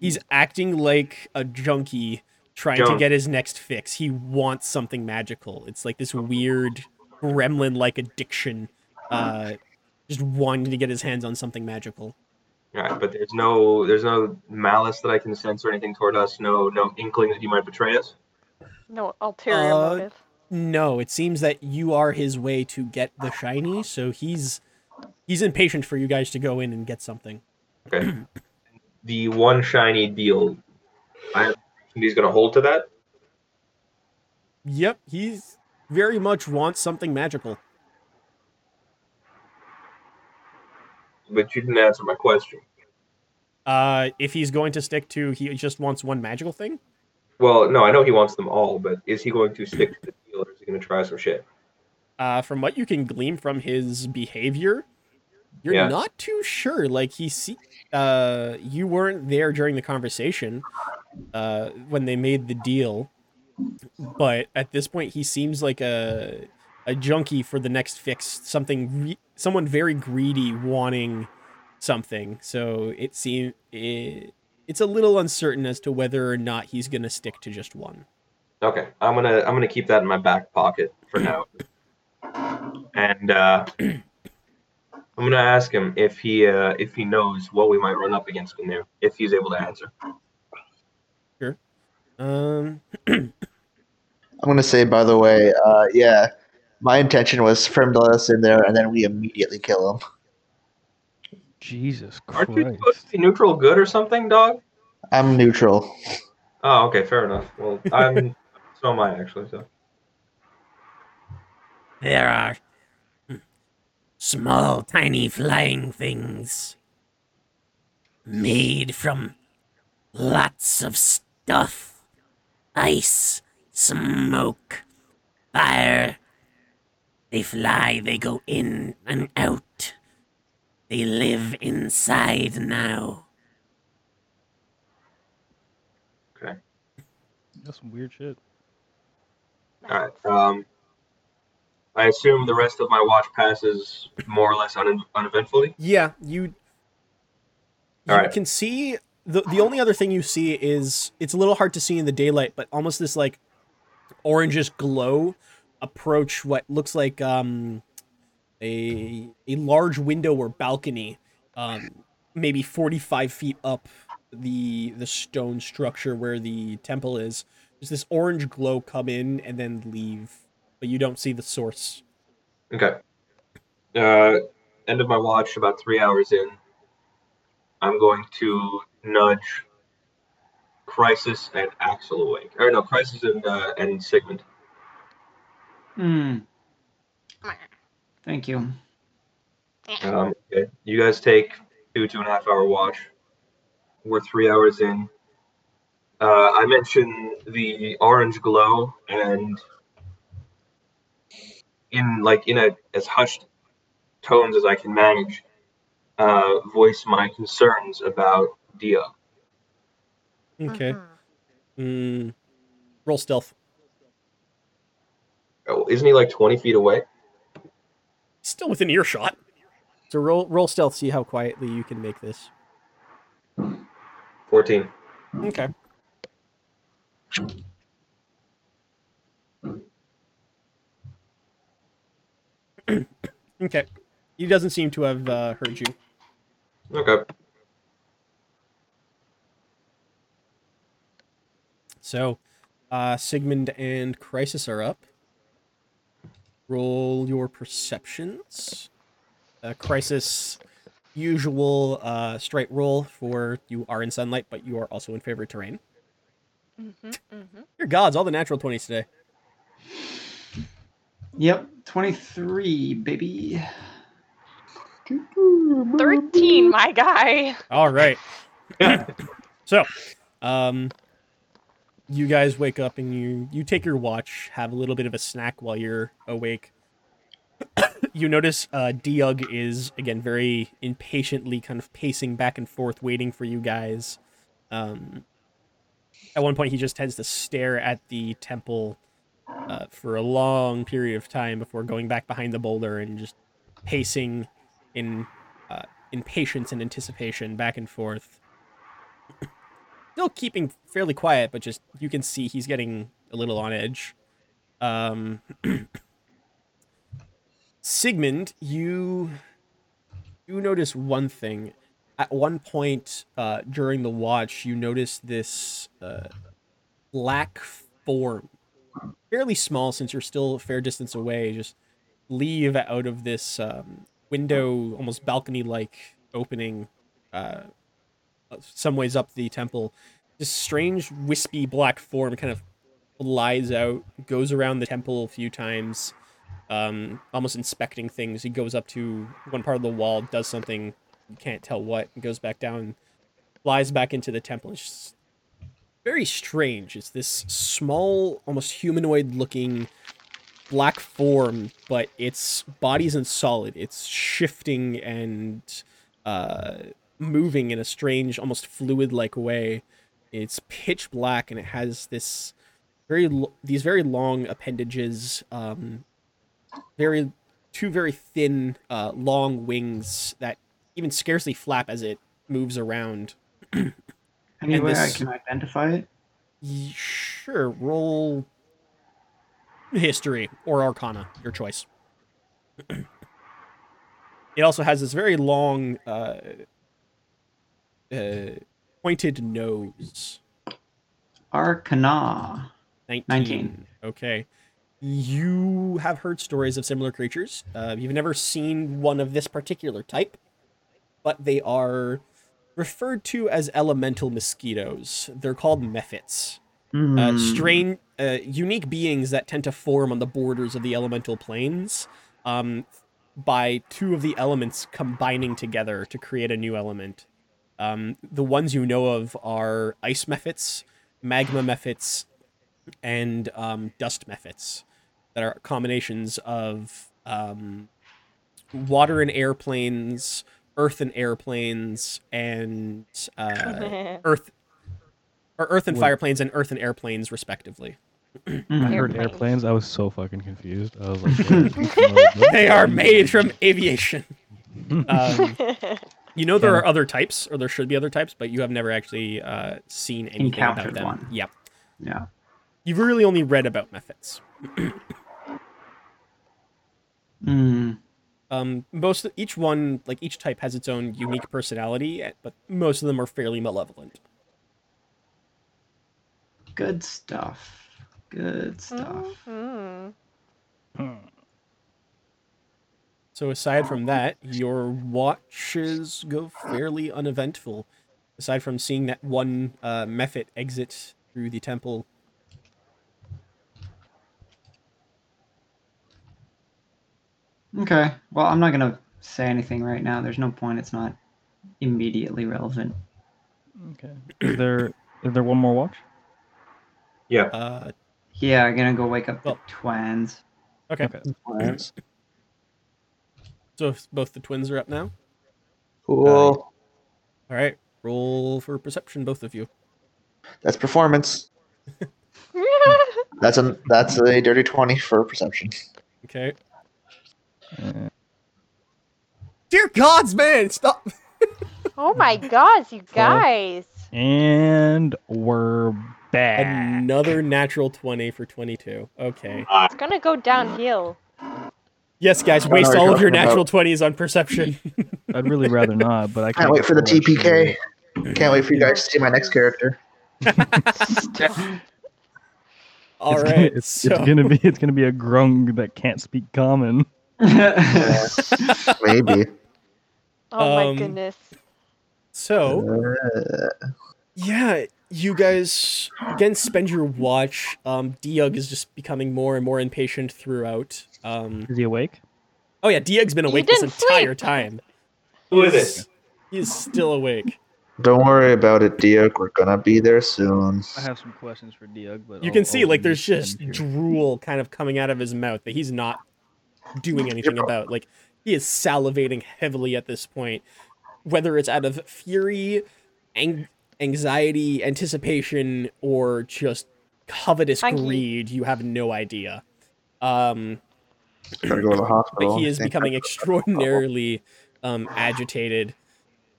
He's acting like a junkie trying to Joan. get his next fix. He wants something magical. It's like this weird gremlin-like addiction, uh, just wanting to get his hands on something magical. Right, but there's no there's no malice that I can sense or anything toward us. No no inkling that he might betray us. No ulterior Uh, motive. No, it seems that you are his way to get the shiny, so he's he's impatient for you guys to go in and get something. Okay. the one shiny deal. I he's gonna hold to that. Yep, he's very much wants something magical. But you didn't answer my question. Uh if he's going to stick to he just wants one magical thing? Well, no, I know he wants them all, but is he going to stick to the deal or is he gonna try some shit? Uh from what you can glean from his behavior, you're Yeah. not too sure. Like he see uh you weren't there during the conversation uh when they made the deal. But at this point he seems like a a junkie for the next fix, something re- someone very greedy wanting something. So it seems it, it's a little uncertain as to whether or not he's going to stick to just one. Okay. I'm gonna I'm gonna keep that in my back pocket for now. And uh I'm gonna ask him if he uh, if he knows what we might run up against in there, if he's able to answer. Um I'm gonna say, by the way, uh, yeah, my intention was for him to let us in there, and then we immediately kill him. <laughs> Jesus Aren't you supposed to Christ. be neutral good or something, dog? I'm neutral. Oh, okay, fair enough. Well, I'm so am I actually. So There are small, tiny flying things made from lots of stuff ice, smoke, fire. They fly, they go in and out. They live inside now. That's some weird shit. all right. Um, I assume the rest of my watch passes more or less un- uneventfully. Yeah, you. You All right. can see the the only other thing you see is it's a little hard to see in the daylight, but almost this like orangish glow approach what looks like um a a large window or balcony, um maybe forty five feet up the the stone structure where the temple is, there's this orange glow come in and then leave, but you don't see the source. Okay. Uh, end of my watch, about three hours in. I'm going to nudge Crisis and Axel awake. Or no, Crisis and uh, and Sigmund. Hmm. Thank you. uh, Um, okay. You guys take two two and a half hour watch. We're three hours in. Uh, I mentioned the orange glow and in like in a as hushed tones as I can manage, uh, voice my concerns about Dia. Okay. Mhm. Mm, roll stealth. Oh, isn't he like twenty feet away? Still within earshot. So roll roll stealth. See how quietly you can make this. Fourteen. Okay. okay. He doesn't seem to have uh, heard you. <laughs> Okay. So, uh, Sigmund and Crisis are up. Roll your perceptions. Uh, Crisis, usual uh, straight roll for you are in sunlight, but you are also in favored terrain. Mhm. Mhm. Your gods, all the natural 20s today. Yep, 23, baby. 13, my guy. All right. so, um, you guys wake up and you you take your watch, have a little bit of a snack while you're awake. <coughs> you notice uh, Diug is again very impatiently kind of pacing back and forth, waiting for you guys. Um, at one point, he just tends to stare at the temple uh, for a long period of time before going back behind the boulder and just pacing in impatience and anticipation back and forth. Still keeping fairly quiet, but just you can see he's getting a little on edge. Um, <clears throat> Sigmund, you you notice one thing. At one point uh, during the watch, you notice this uh, black form, fairly small since you're still a fair distance away, just leave out of this um, window, almost balcony like opening, uh, some ways up the temple. This strange, wispy black form kind of flies out, goes around the temple a few times, um, almost inspecting things. He goes up to one part of the wall, does something, you can't tell what, and goes back down, flies back into the temple. It's just very strange. It's this small, almost humanoid looking black form, but its body isn't solid. It's shifting and uh, moving in a strange, almost fluid-like way. It's pitch black, and it has this very l- these very long appendages, um, very two very thin, uh, long wings that even scarcely flap as it moves around. Any way I this- can identify it? Y- Sure, roll history or arcana, your choice. <clears throat> it also has this very long, uh, uh, pointed nose. Arcana. 19. 19. Okay. You have heard stories of similar creatures. Uh, you've never seen one of this particular type, but they are referred to as elemental mosquitoes. They're called mephits. uh, Hmm. strange, uh, unique beings that tend to form on the borders of the elemental planes um, by two of the elements combining together to create a new element. Um, the ones you know of are ice mephits, magma mephits, and um, dust mephits that are combinations of um, water and air planes, earth and air planes, and uh, <laughs> earth or earth and Wood. fire planes and earth and airplanes respectively Mm-hmm. I heard Airplanes. airplanes. I was so fucking confused. I was <laughs> like, yeah, I think some of those- they are made from <laughs> aviation um, you know there are other types or there should be other types but you have never actually uh, seen anything about Encountered them one. yep Yeah. you've really only read about methods Hmm. um, most each one like each type has its own unique personality eh, but most of them are fairly malevolent Good stuff. Good stuff. Mhm. So aside from that, your watches go fairly uneventful. Aside from seeing that one uh, Mephit exit through the temple, Okay. Well, I'm not gonna say anything right now. There's no point. It's not immediately relevant. Okay. Is there is there one more watch? uh, Yeah, I'm gonna go wake up Well- the twins. okay. Okay. Plans. So if both the twins are up now. Cool. All right, roll for perception, both of you. That's performance. That's a that's a dirty twenty for perception. Okay. Uh, Dear gods, man, stop! <laughs> oh my gosh, you guys. and we're back. Ah. Another natural twenty for twenty-two. Okay. It's gonna go downhill. Yes, guys, What are waste we all of your talking about? natural twenties on <laughs> perception. I'd really rather not, <laughs> but I Can't wait for the TPK. Can't wait for you guys to see my next character. All it's right. Gonna, it's, so it's gonna be it's gonna be a grung that can't speak common. <laughs> <laughs> Maybe. Oh Um, my goodness. so. Uh, Yeah, you guys again spend your watch. Um, Diug is just becoming more and more impatient throughout. Um, Is he awake? oh yeah, Diug's been You awake this didn't entire sleep. time. Who is it? He's- He's still awake. don't worry about it, Diok. We're gonna be there soon. I have some questions for Diog, but You can see like there's just drool kind of coming out of his mouth that he's not doing anything about. Like he is salivating heavily at this point, whether it's out of fury, ang- anxiety, anticipation, or just covetous Thank you. greed. You have no idea. Um, Gotta go to the hospital. but he is Think- <laughs> becoming extraordinarily um, agitated,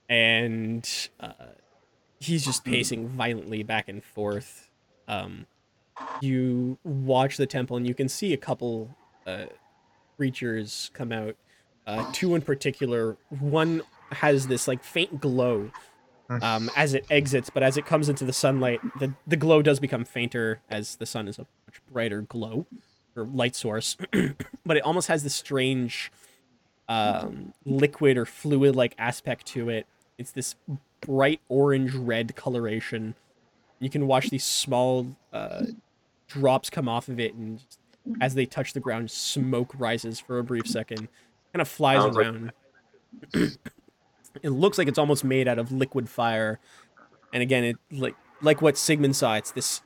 and uh, he's just pacing violently back and forth. Um, you watch the temple, and you can see a couple uh, creatures come out. Uh, two in particular. One has this like faint glow um, as it exits, but as it comes into the sunlight, the the glow does become fainter as the sun is a much brighter glow or light source. <clears throat> but it almost has this strange um, liquid or fluid like aspect to it. It's this bright orange red coloration. You can watch these small uh, drops come off of it, and just, as they touch the ground, smoke rises for a brief second, kind of flies Sounds like- around. it looks like it's almost made out of liquid fire, and again, it like like what Sigmund saw. It's this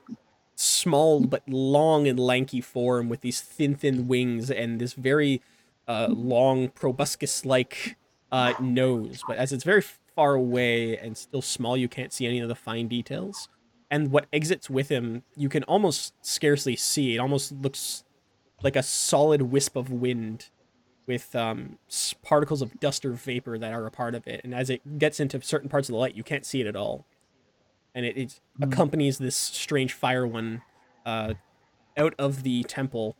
small but long and lanky form with these thin, thin wings and this very uh, long proboscis-like uh, nose. But as it's very far away and still small, you can't see any of the fine details. And what exits with him, you can almost scarcely see. It almost looks like a solid wisp of wind with um, s- particles of dust or vapor that are a part of it. And as it gets into certain parts of the light, you can't see it at all. And it, it accompanies this strange fire one uh, out of the temple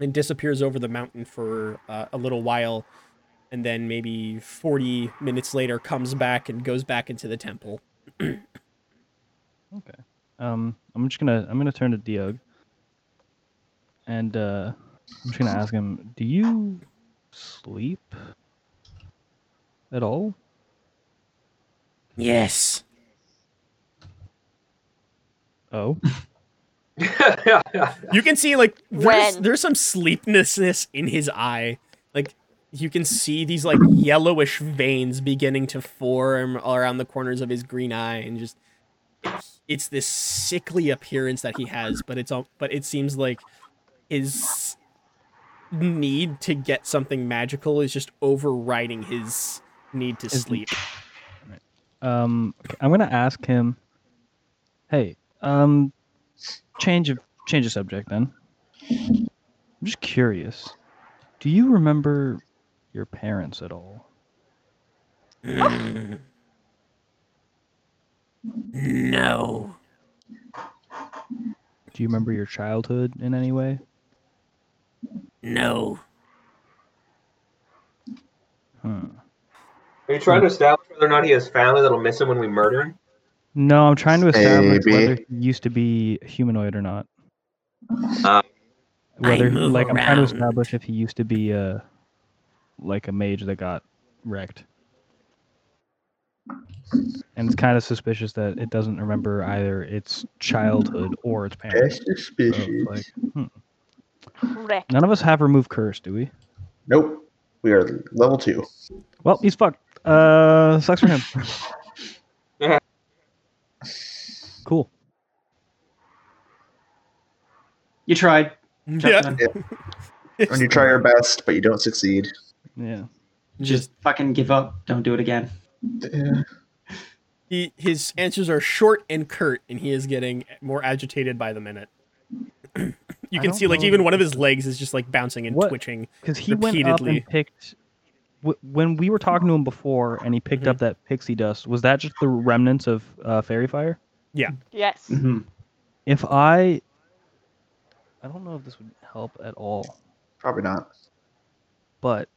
and disappears over the mountain for uh, a little while. And then maybe 40 minutes later comes back and goes back into the temple. Okay. Um, I'm just gonna I'm gonna turn to Diog. And uh, I'm just gonna ask him, do you sleep at all? Yes. <laughs> Oh, You can see like there's, When? there's some sleeplessness in his eye. Like you can see these like yellowish veins beginning to form around the corners of his green eye, and just it's this sickly appearance that he has. But it's all but it seems like his need to get something magical is just overriding his need to His- sleep. um, okay, I'm gonna ask him. Hey, um, change of change of subject then. I'm just curious. Do you remember your parents at all? Mm. No. Do you remember your childhood in any way? No. Hmm. Are you trying to establish whether or not he has family that'll miss him when we murder him? No, I'm trying to establish Maybe. whether he used to be humanoid or not. Uh, I Whether move like I'm trying to around. establish if he used to be uh like a mage that got wrecked. And it's kind of suspicious that it doesn't remember either its childhood or its parents. That's So it's Oh, suspicious. like, Correct. none of us have remove curse, do we? Nope. We are <laughs> level two. Well, he's fucked. Uh, sucks for him. cool. You tried. Yeah. Justin. When you try your best, but you don't succeed. Yeah. Just Just fucking give up. Don't do it again. he, his answers are short and curt, and he is getting more agitated by the minute. <clears throat> you I can don't see like know even that one of this his legs is just like bouncing and What- twitching. Because he went up Repeatedly. and picked. wh- When we were talking to him before, and he picked up that pixie dust, was that just the remnants of uh, fairy fire? Yes. Mm-hmm. If I, I don't know if this would help at all, Probably not. but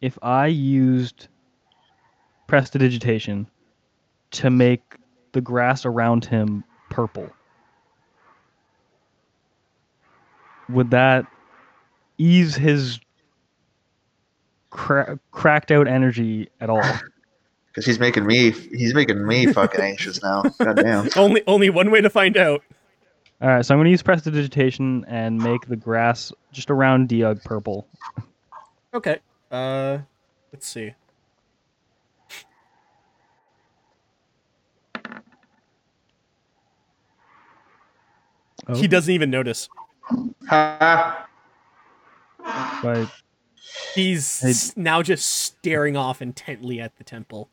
if I used prestidigitation to make the grass around him purple, would that ease his cra- cracked out energy at all? Because he's making me he's making me fucking anxious <laughs> now. Goddamn. Only only one way to find out. All right, so I'm going to use prestidigitation and make the grass just around Diog purple. Okay. Uh, let's see. He doesn't even notice. Ha! By He's Hey. s- now just staring off intently at the temple,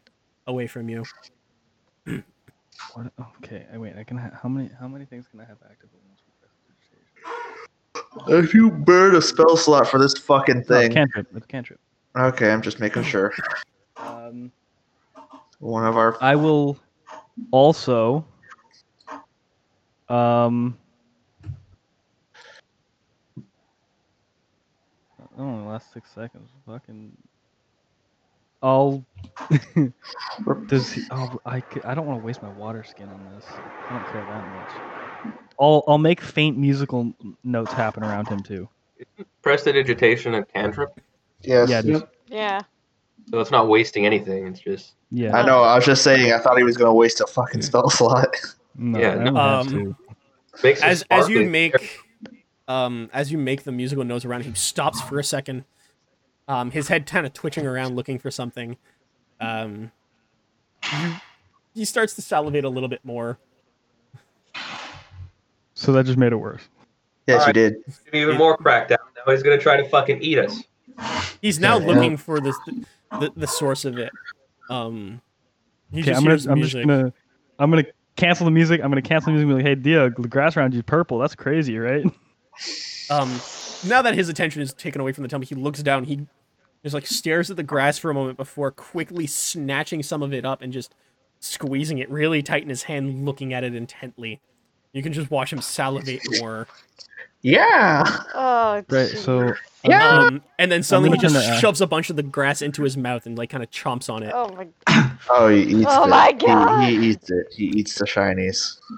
away from you. what? Okay, I- wait. I can. Ha- how many? How many things can I have active? at once with prestidigitation? If you burn a spell slot for this fucking No, it's thing. cantrip. It's cantrip. Okay, I'm just making sure. Um, One of our I will also. Um. That oh, only lasts six seconds. Fucking. I'll. <laughs> Does he, oh, I, c- I don't want to waste my water skin on this. I don't care that much. I'll I'll make faint musical n- notes happen around him too. prestidigitation and cantrip. yes. Yeah, just, Yeah. So it's not wasting anything. It's just yeah. I know. I was just saying. I thought he was gonna waste a fucking spell <laughs> slot. No, Yeah, I no. don't Um, have to. makes it as as you sparkly. make um as you make the musical notes around he stops for a second um his head kind of twitching around looking for something um you- he starts to salivate a little bit more So that just made it worse. Yes, Alright. you did. even more cracked out. Now he's gonna try to fucking eat us. he's now Yeah. looking for this the, the source of it um he Okay, just I'm gonna. hears I'm music. just gonna. I'm gonna cancel the music. I'm gonna cancel the music. And be like, hey, Dia, the grass around you purple. That's crazy, right? um now that his attention is taken away from the temple he looks down he just like stares at the grass for a moment before quickly snatching some of it up and just squeezing it really tight in his hand looking at it intently you can just watch him salivate more Yeah. Oh. Right. jeez. So Yeah. um, and then suddenly he gonna turn just to- shoves a bunch of the grass into his mouth and like kind of chomps on it Oh my. Oh, he eats Oh it. my He- God. He, eats it. He eats the shinies. <laughs>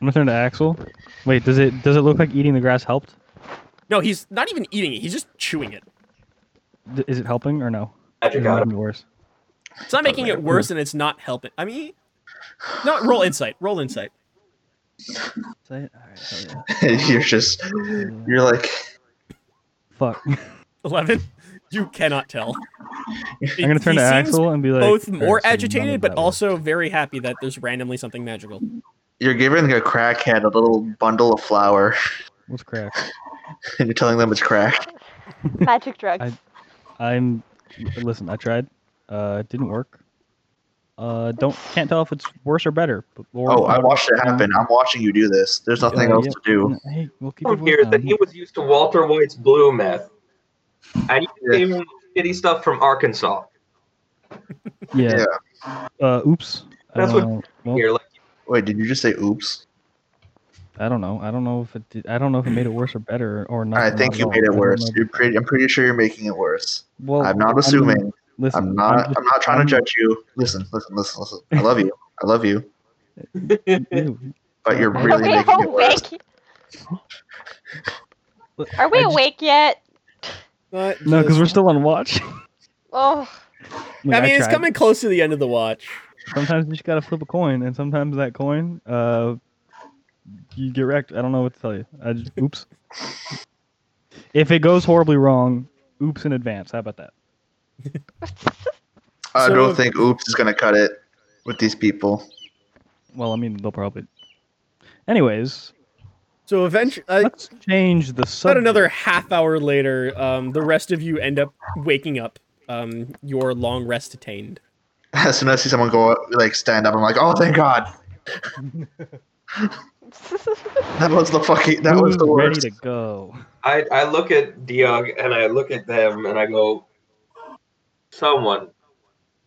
I'm gonna turn to Axel. Wait, does it does it look like eating the grass helped? no he's not even eating it he's just chewing it D- is it helping or no? Magic Is it out making it worse? it's not making it worse and it's not helping i mean no roll insight roll insight Is it? All right, hell you're just. yeah. <laughs> You're like. Fuck. <laughs> I'm 11 you cannot tell i'm gonna turn to Axel and be like both "All right, more so none of agitated but that worked." also very happy that there's randomly something magical. You're giving a crackhead a little bundle of flour, <laughs> what's crack? and you're telling them it's crack. Magic drugs. I- I'm listen. I tried. Uh, it didn't work. Uh, don't can't tell if it's worse or better. But, or Oh, if I not, watched it you know, happen. I'm watching you do this. There's nothing uh, else yeah, to do. Hey, we'll keep um, your Problem voice here is that down. he was used to Walter White's blue meth, and he came with shitty stuff from Arkansas. Yeah. Uh, oops. That's I what- don't know. Well, Here, like, Wait, did you just say oops? I don't know. I don't know if it. Did, I don't know if it made it worse or better or not. I or think not you at made all. I it don't worse. know. You're pretty, I'm pretty sure you're making it worse. Well, I'm not I mean, assuming. Listen, I'm not. just- I'm not trying Oh, I'm- <laughs> to judge you. Listen, listen, listen, listen. I love you. I love you, ew. but you're Are <laughs> <laughs> really Are making we it worse. awake? Are we I just- awake yet? But No, because just- we're still on watch. <laughs> Oh, <laughs> I mean, it's tried. coming close to the end of the watch. Sometimes you just gotta flip a coin, and sometimes that coin, uh, you get wrecked. I don't know what to tell you. I just, oops. if it goes horribly wrong, oops in advance. How about that? I So- don't think Oops is gonna cut it with these people. <laughs> Well, I mean, they'll probably. Anyways, So eventually, uh, let's change the about subject. another half hour later, um, the rest of you end up waking up. Um, your long rest attained. As soon as I see someone go up, like stand up, I'm like, oh, thank God. That was the fucking. That was Who's the worst. Ready to go. I, I look at Diog and I look at them and I go, someone,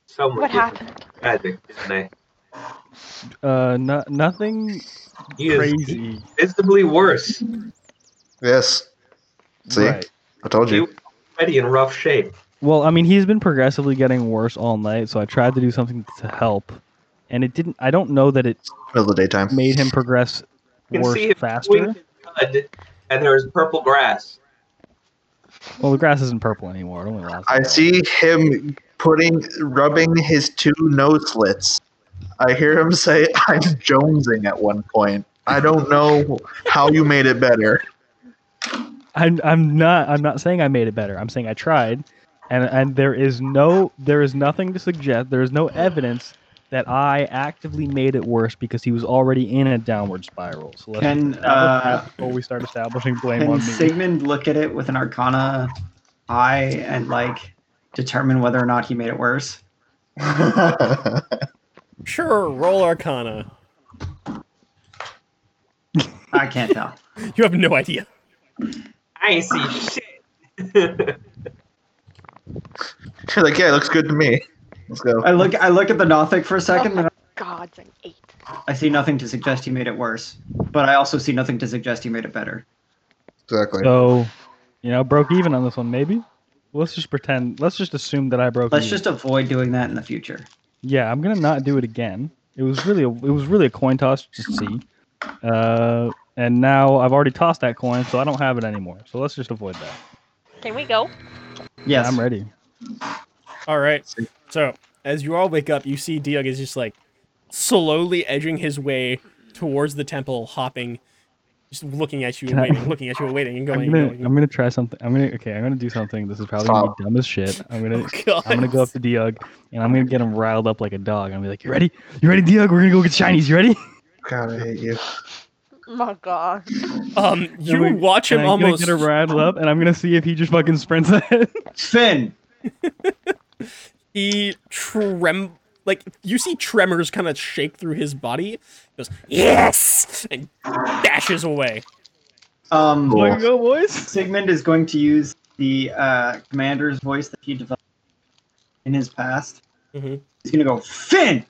someone. what did happened? Magic, didn't they? Uh, no, nothing He is crazy. visibly worse. Yes. See, Right. I told you. Already in rough shape. Well, I mean, he's been progressively getting worse all night, so I tried to do something to help, and it didn't. I don't know that it Middle of the daytime. made him progress You can worse see him faster. chewing his cud, and there is purple grass. Well, the grass isn't purple anymore. It only lasts. I about- see him putting, rubbing his two nose slits. I hear him say, <laughs> "I'm jonesing" at one point. I don't know how you made it better. <laughs> I'm, I'm not. I'm not saying I made it better. I'm saying I tried, and and there is no, there is nothing to suggest. There is no evidence that I actively made it worse because he was already in a downward spiral. So let's Can, establish uh, that before we start establishing blame on Can me. Sigmund look at it with an arcana eye and like determine whether or not he made it worse? Sure, roll Arcana. I can't tell. You have no idea. I see shit. You're like, yeah, it looks good to me. Let's go. I look I look at the Nothic for a second and God's an eight. I see nothing to suggest he made it worse. But I also see nothing to suggest he made it better. Exactly. So, you know, broke even on this one, maybe. Let's just pretend. Let's just assume that I broke. Let's even. just avoid doing that in the future. Yeah, I'm gonna not do it again. It was really a, it was really a coin toss to see, uh, and now I've already tossed that coin, so I don't have it anymore. So let's just avoid that. Can we go? Yes. I'm ready. All right. So as you all wake up, you see Diog is just like slowly edging his way towards the temple, hopping, just looking at you, and Can I- waiting, looking at you, and waiting, and going. I'm gonna going. I'm gonna try something. I'm gonna okay. I'm gonna do something. This is probably gonna be dumb as shit. I'm <laughs> gonna God. I'm gonna go up to Diog and I'm gonna get him riled up like a dog. I'm gonna be like, "You ready? You ready, Diog? We're gonna go get shinies. You ready?" God, I hate you. My Oh, God. Um, you we- watch And him I'm almost. gonna get him riled up, and I'm gonna see if he just fucking sprints <laughs> ahead. Finn! He trem like you see tremors kind of shake through his body. He goes yes and dashes away. Um Cool. Wanna go, boys. Sigmund is going to use the uh, commander's voice that he developed in his past. Mhm. He's gonna go, Finn!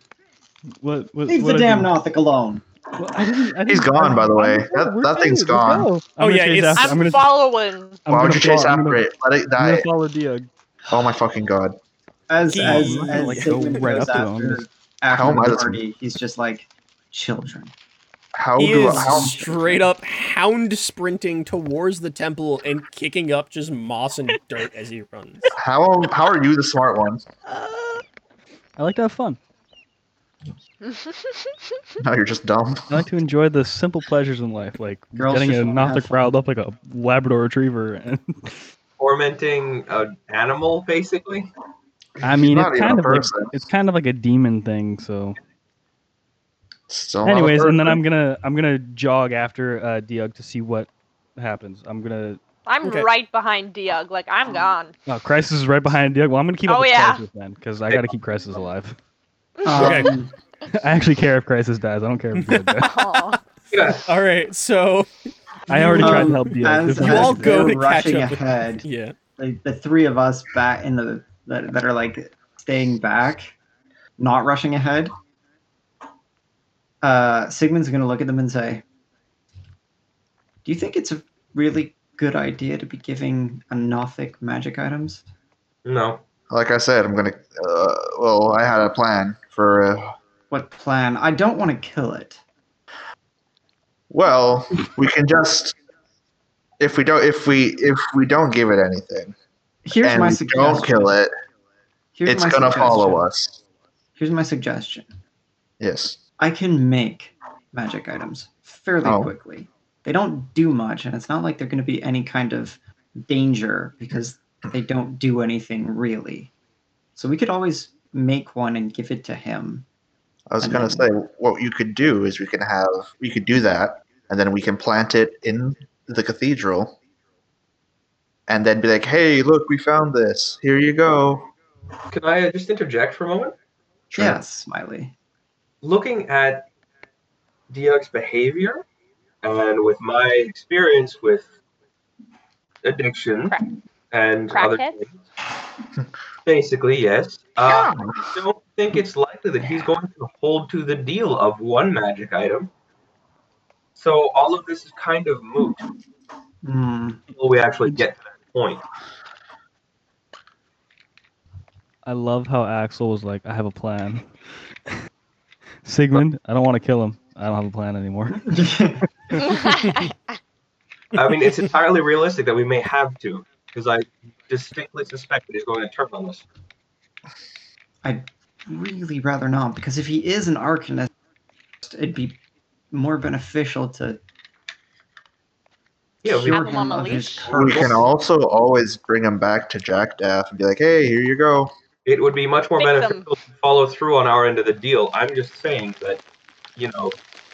What, what, Leave what the I damn do? Nothic alone. Well, I didn't, I didn't, He's gone, I- by the I'm way. gonna go. That- We're that thing's finished. Let's gone. go. Oh, I'm gonna yeah, chase it's- after- I'm, I'm gonna, following. <laughs> I'm Why gonna would you chase follow, I'm after gonna, it? Let it I'm die. gonna follow Diog. Oh my fucking god. As He- as, I'm not gonna, as like, go Sigmund right goes up to him. after Just- How after am I the listening? party, he's just like children. How He do is how straight up hound sprinting towards the temple and kicking up just moss and dirt as he runs. how how are you the smart one? I like to have fun. No, you're just dumb. I like to enjoy the simple pleasures in life, like Girls getting just a wanna have Nothic fun. riled up like a Labrador Retriever. And Tormenting an animal, basically. I mean, not it's even kind a of like person. it's kind of like a demon thing. So, Still not a anyways, and then person. I'm gonna I'm gonna jog after uh, Diog to see what happens. I'm gonna I'm Okay. right behind Diog. Like I'm gone. oh, Crisis is right behind Diog. Well, I'm gonna keep Oh, up with yeah. Crisis then, because I gotta keep Crisis alive. <laughs> Okay. Um, I actually care if Crisis dies. I don't care if <laughs> Diog dies. Aw. <laughs> Yeah. All right, so I already tried um, to help Diog. As, This as is You all just- go they're to catch rushing up with- ahead, yeah, the, the three of us back in the that, that are like staying back, not rushing ahead. Uh, Sigmund's gonna look at them and say, "Do you think it's a really good idea to be giving a Nothic magic items?" No. Like I said, I'm gonna. Uh, well, I had a plan for. Uh, What plan? I don't want to kill it. well, we can just. If we don't, if we if we don't give it anything Here's and my we suggestion. don't kill it, Here's it's my gonna follow us. suggestion. Here's my suggestion. Yes. I can make magic items fairly Oh. quickly. They don't do much, and it's not like they're going to be any kind of danger because they don't do anything really. So we could always make one and give it to him. I was And gonna say then- what you could do is we can have we could do that, and then we can plant it in the cathedral, and then be like, "Hey, look, we found this. Here you go." Can I uh, just interject for a moment? Sure. Yes, Smiley. looking at DX behavior and with my experience with addiction Crack- and other crackheads? things, basically, yes. Uh, I don't think it's likely that he's going to hold to the deal of one magic item. So all of this is kind of moot Hmm. <laughs> until we actually get to that point. I love how Axel was like, I have a plan. <laughs> Sigmund, I don't want to kill him. I don't have a plan anymore. <laughs> I mean, it's entirely realistic that we may have to, because I distinctly suspect that he's going to turn on us. really rather not, because if he is an arcanist, it'd be more beneficial to Yeah, we, cure Have him on him a of his leash? We can curse. also always bring him back to Jack Daff and be like, "Hey, here you go." it would be much more Fix 'em. beneficial to follow through on our end of the deal. I'm just saying that, you know,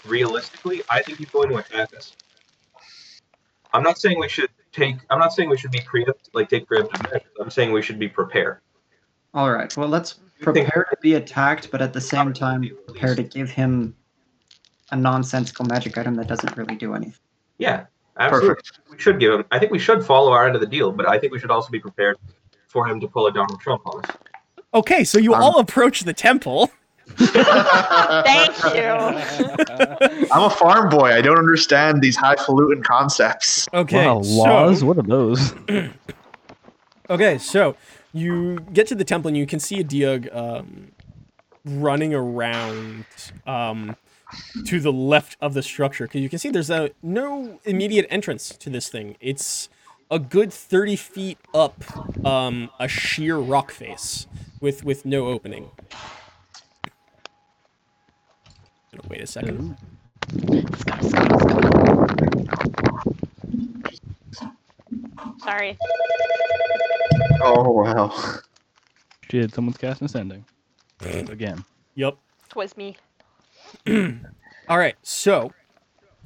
realistically, I think he's going to attack us. I'm not saying we should take. I'm not saying we should be preempt, like take preemptive measures. I'm saying we should be prepared. All right. Well, let's You think- prepare to be attacked, but at the same time, prepare to give him a nonsensical magic item that doesn't really do anything. Yeah, absolutely. Perfect. We should give him. I think we should follow our end of the deal, but I think we should also be prepared for him to pull a Donald Trump on us. Okay, so you Um, all approach the temple. Thank you. I'm a farm boy. I don't understand these highfalutin concepts. Okay, wow, so- laws? What are those? Okay, so you get to the temple and you can see a Diog um, running around um, to the left of the structure because you can see there's a, no immediate entrance to this thing. It's a good thirty feet up um, a sheer rock face with with no opening. Wait a second. Sorry. Oh wow. Shit, someone's casting ascending. Again. Yep. Twas me. All right, so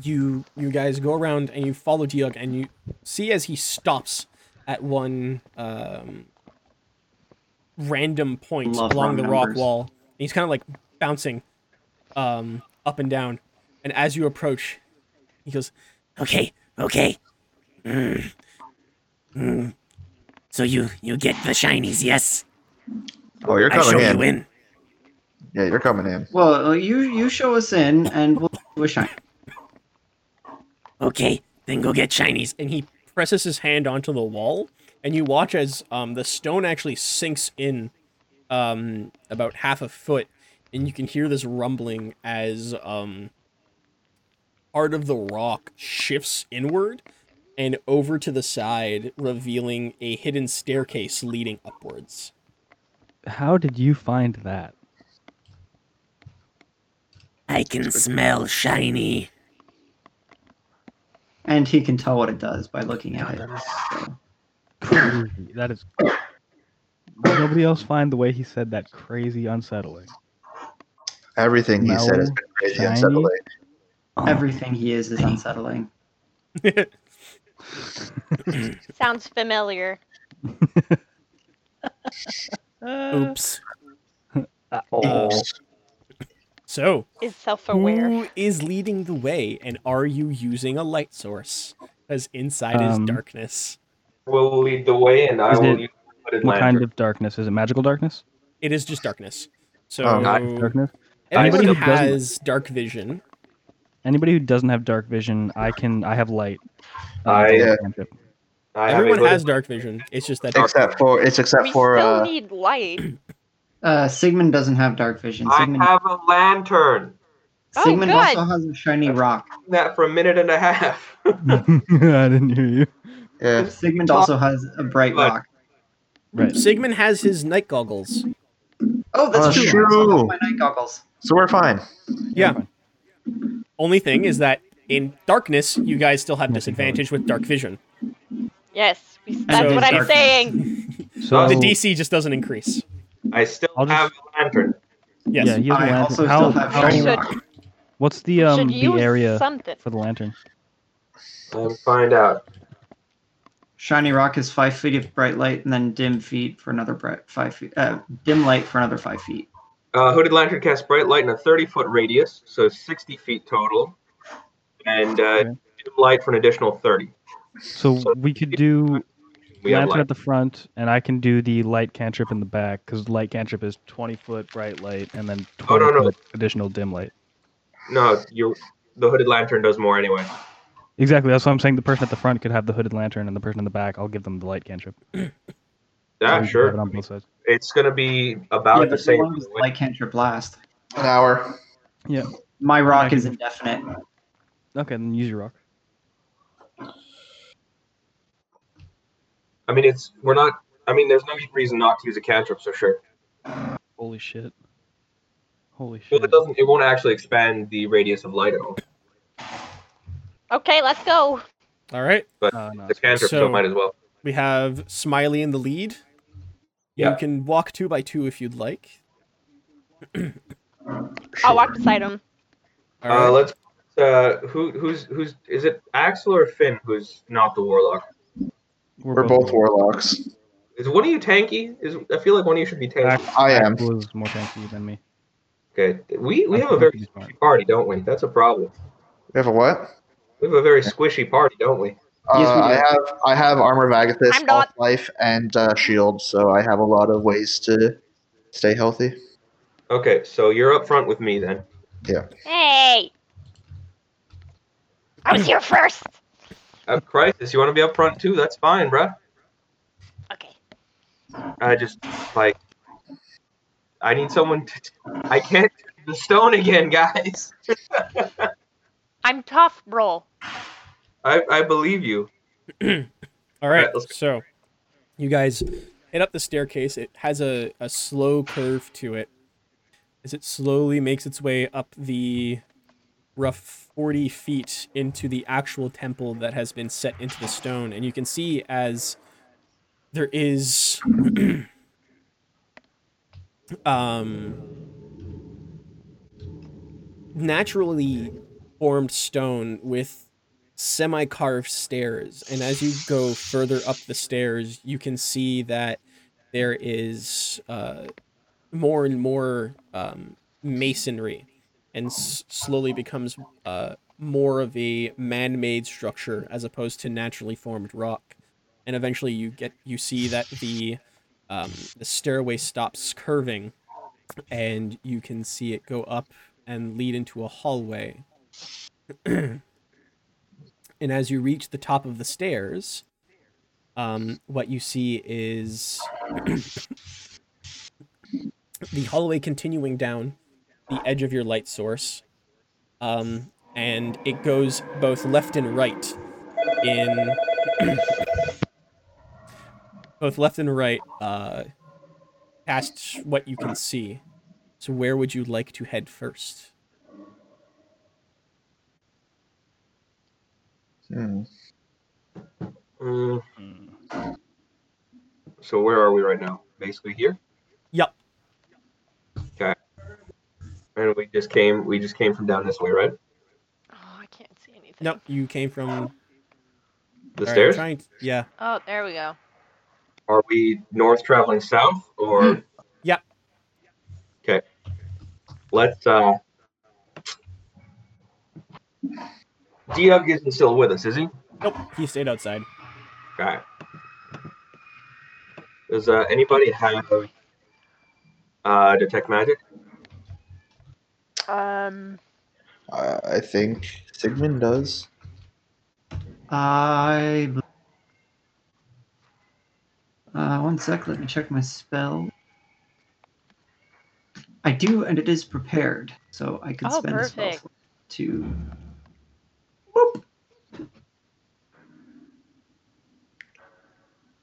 you you guys go around and you follow Diog and you see as he stops at one um, random point Love along round the rock numbers. wall. And he's kind of like bouncing um, up and down, and as you approach, he goes, Okay, okay. Mm. Mm. So you you get the shinies, yes? Oh, you're I show coming you in. in. Yeah, you're coming in. Well, uh, you you show us in, and we'll do a shine. Okay, then go get shinies. and he presses his hand onto the wall, and you watch as um, the stone actually sinks in um, about half a foot, and you can hear this rumbling as um, part of the rock shifts inward and over to the side, revealing a hidden staircase leading upwards. How did you find that? I can smell shiny. And he can tell what it does by looking at it. So, Crazy. That is. Did nobody else find the way he said that crazy unsettling? Everything he said has been crazy Shiny? unsettling. everything he is is unsettling. Sounds familiar. Oops. Oh. So, Is self-aware. who is leading the way, and are you using a light source? Because inside Um, is darkness. Will lead the way, and I Is will it- use the hooded What kind lantern. of darkness? Is it magical darkness? It is just darkness. So, Oh, not Darkness? Everybody Anybody who doesn't- has dark vision. Anybody who doesn't have dark vision, I can. I have light. I- cantrip. I have a Everyone little- has dark vision. It's just that Except for it's except we for still uh, need light. Uh, Sigmund doesn't have dark vision. I Sigmund, have a lantern. Oh, Sigmund good. also has a shiny rock. That for a minute and a half. <laughs> <laughs> I didn't hear you. yeah. Sigmund also has a bright But- rock. Right. Sigmund has his night goggles. Oh, that's Oh, true. true. I also have my night goggles. So we're fine. Yeah. fine. Only thing is that in darkness, you guys still have Multicolored. disadvantage with dark vision. Yes, we, that's so what I'm darkness. saying. So Oh, The DC just doesn't increase. I still I'll just- have a lantern. Yes. yeah, he has a I lantern. also how, still have how- shiny should- rock. what's the Should um the use area something. for the lantern? I'll find out. Shiny rock is five feet of bright light, and then dim feet for another bright five feet. Uh, dim light for another five feet. Uh, hooded lantern casts bright light in a 30 foot radius, so 60 feet total, and uh, Okay. dim light for an additional 30. So So- we could do We have lantern light. at the front, and I can do the light cantrip in the back because light cantrip is twenty foot bright light, and then Oh, twenty no, no. foot additional dim light. No, you the hooded lantern does more anyway. Exactly. That's what I'm saying. The person at the front could have the hooded lantern, and the person in the back, I'll give them the light cantrip. So we Yeah, can Have it sure. on both sides. It's going to be about yeah, the but how same. long does light cantrip last? An hour. My rock can- is indefinite. Okay, then use your rock. I mean, it's we're not. I mean, there's no reason not to use a cantrip, so sure. Holy shit. Holy shit. Well, it doesn't. It won't actually expand the radius of light at all. Okay, let's go. All right. Uh, no, The it's fine. cantrip, so, So- might as well. We have Smiley in the lead. Yeah. You can walk two by two if you'd like. I'll walk beside him. All Uh, right. let's. Uh, who who's who's is it? Axel or Finn? Who's not the warlock? We're both warlocks. warlocks. Is one of you tanky? Is I feel like one of you should be tanky. Ax- I am. Axel is more tanky than me. Okay, we we I'm have a very confused, Mark. squishy party, don't we? That's a problem. We have a what? We have a very squishy party, don't we? Uh, Yes, we do. I have I have armor of Agathis, I'm not- half life, and uh, shield, so I have a lot of ways to stay healthy. Okay, so you're up front with me then. Hey, I was here first. Uh, Crisis, you want to be up front too? That's fine, bruh. Okay. I just like I need someone. To, I can't turn the stone again, <laughs> guys. I'm tough, bro. I I believe you. All right. Alright, let's go. So, you guys head up the staircase. It has a, a slow curve to it as it slowly makes its way up the rough 40 feet into the actual temple that has been set into the stone. And you can see as there is. <clears throat> um, naturally formed stone with semi carved stairs. And as you go further up the stairs, you can see that there is uh, more and more um, masonry and s- slowly becomes uh, more of a man made structure as opposed to naturally formed rock. And eventually you get you see that the um, the stairway stops curving and you can see it go up and lead into a hallway and as you reach the top of the stairs, um, what you see is <coughs> the hallway continuing down the edge of your light source, um, and it goes both left and right in <coughs> both left and right uh, past what you can see. So where would you like to head first? Hmm. Mm. So where are we right now? Basically here. Yup. Okay. And we just came. We just came from down this way, right? Oh, I can't see anything. No, you came from The all right, stairs. trying yeah. Oh, there we go. Are we north traveling south Hmm. or? Yeah. Okay. Let's. uh Doug isn't still with us, is he? Nope, he stayed outside. Okay. Does uh, anybody have uh, detect magic? Um, Uh, I think Sigmund does. I Uh, one sec, let me check my spell. I do, and it is prepared, so I could Oh, spend a spell perfect. slot to. Whoop.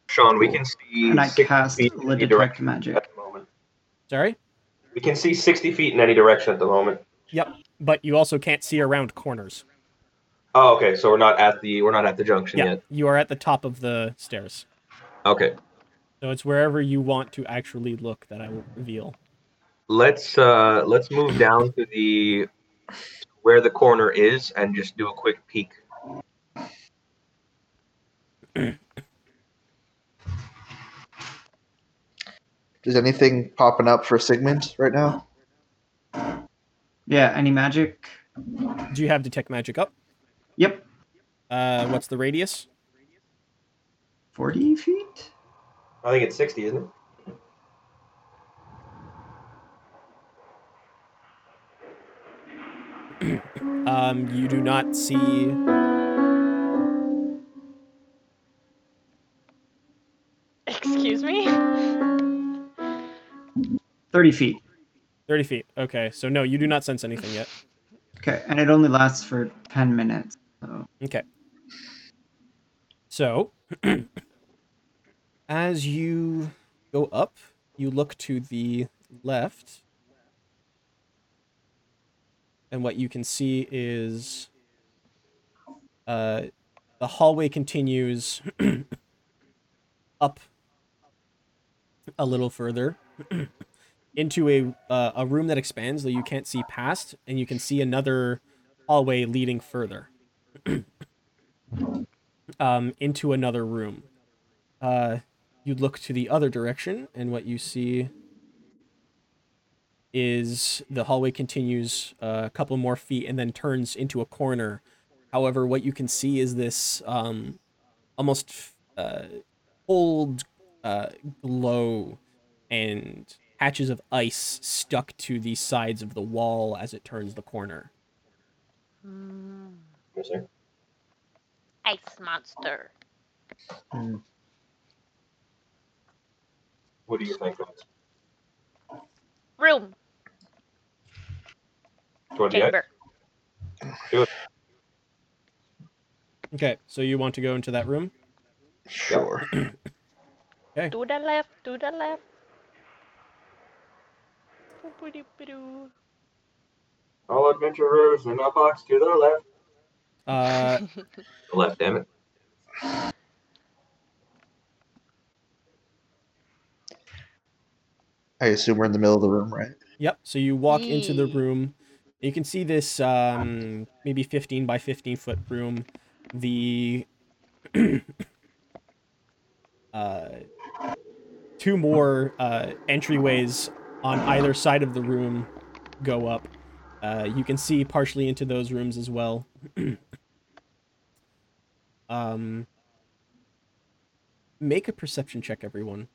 Sean, we can see. And I 60 cast feet in any Ledetect direction Magic. at the moment. Sorry? We can see 60 feet in any direction at the moment. Yep. But you also can't see around corners. Oh, okay. So we're not at the we're not at the junction Yeah. yet. You are at the top of the stairs. Okay. So it's wherever you want to actually look that I will reveal. Let's uh let's move down to the where the corner is and just do a quick peek. Does anything popping up for Sigmund right now? Yeah, any magic? Do you have detect magic up? Yep. Uh, what's the radius? 40 feet? I think it's 60, isn't it? Um, you do not see. Excuse me? 30 feet. 30 feet. Okay, so no, you do not sense anything yet. Okay, and it only lasts for 10 minutes. So. Okay. So, <clears throat> as you go up, you look to the left, and what you can see is uh, the hallway continues <clears throat> up a little further <clears throat> into a uh, a room that expands that you can't see past, and you can see another hallway leading further um, into another room. Uh, you look to the other direction, and what you see is the hallway continues uh, a couple more feet and then turns into a corner. However, what you can see is this um, almost uh, old uh, glow and patches of ice stuck to the sides of the wall as it turns the corner. Yes, sir. Ice monster. What do you think? Max? Room. Toward the Chamber. Okay, so you want to go into that room? Sure. To the left, to the left. Uh, Boop-a-doop-a-doo. All adventurers in a box to the left. Uh, The left, damn it. I assume we're in the middle of the room, right? Yep. So you walk into the Yee. room. You can see this um, maybe 15 by 15 foot room. The <clears throat> uh, two more uh, entryways on either side of the room go up. Uh, you can see partially into those rooms as well. <clears throat> um, make a perception check, everyone.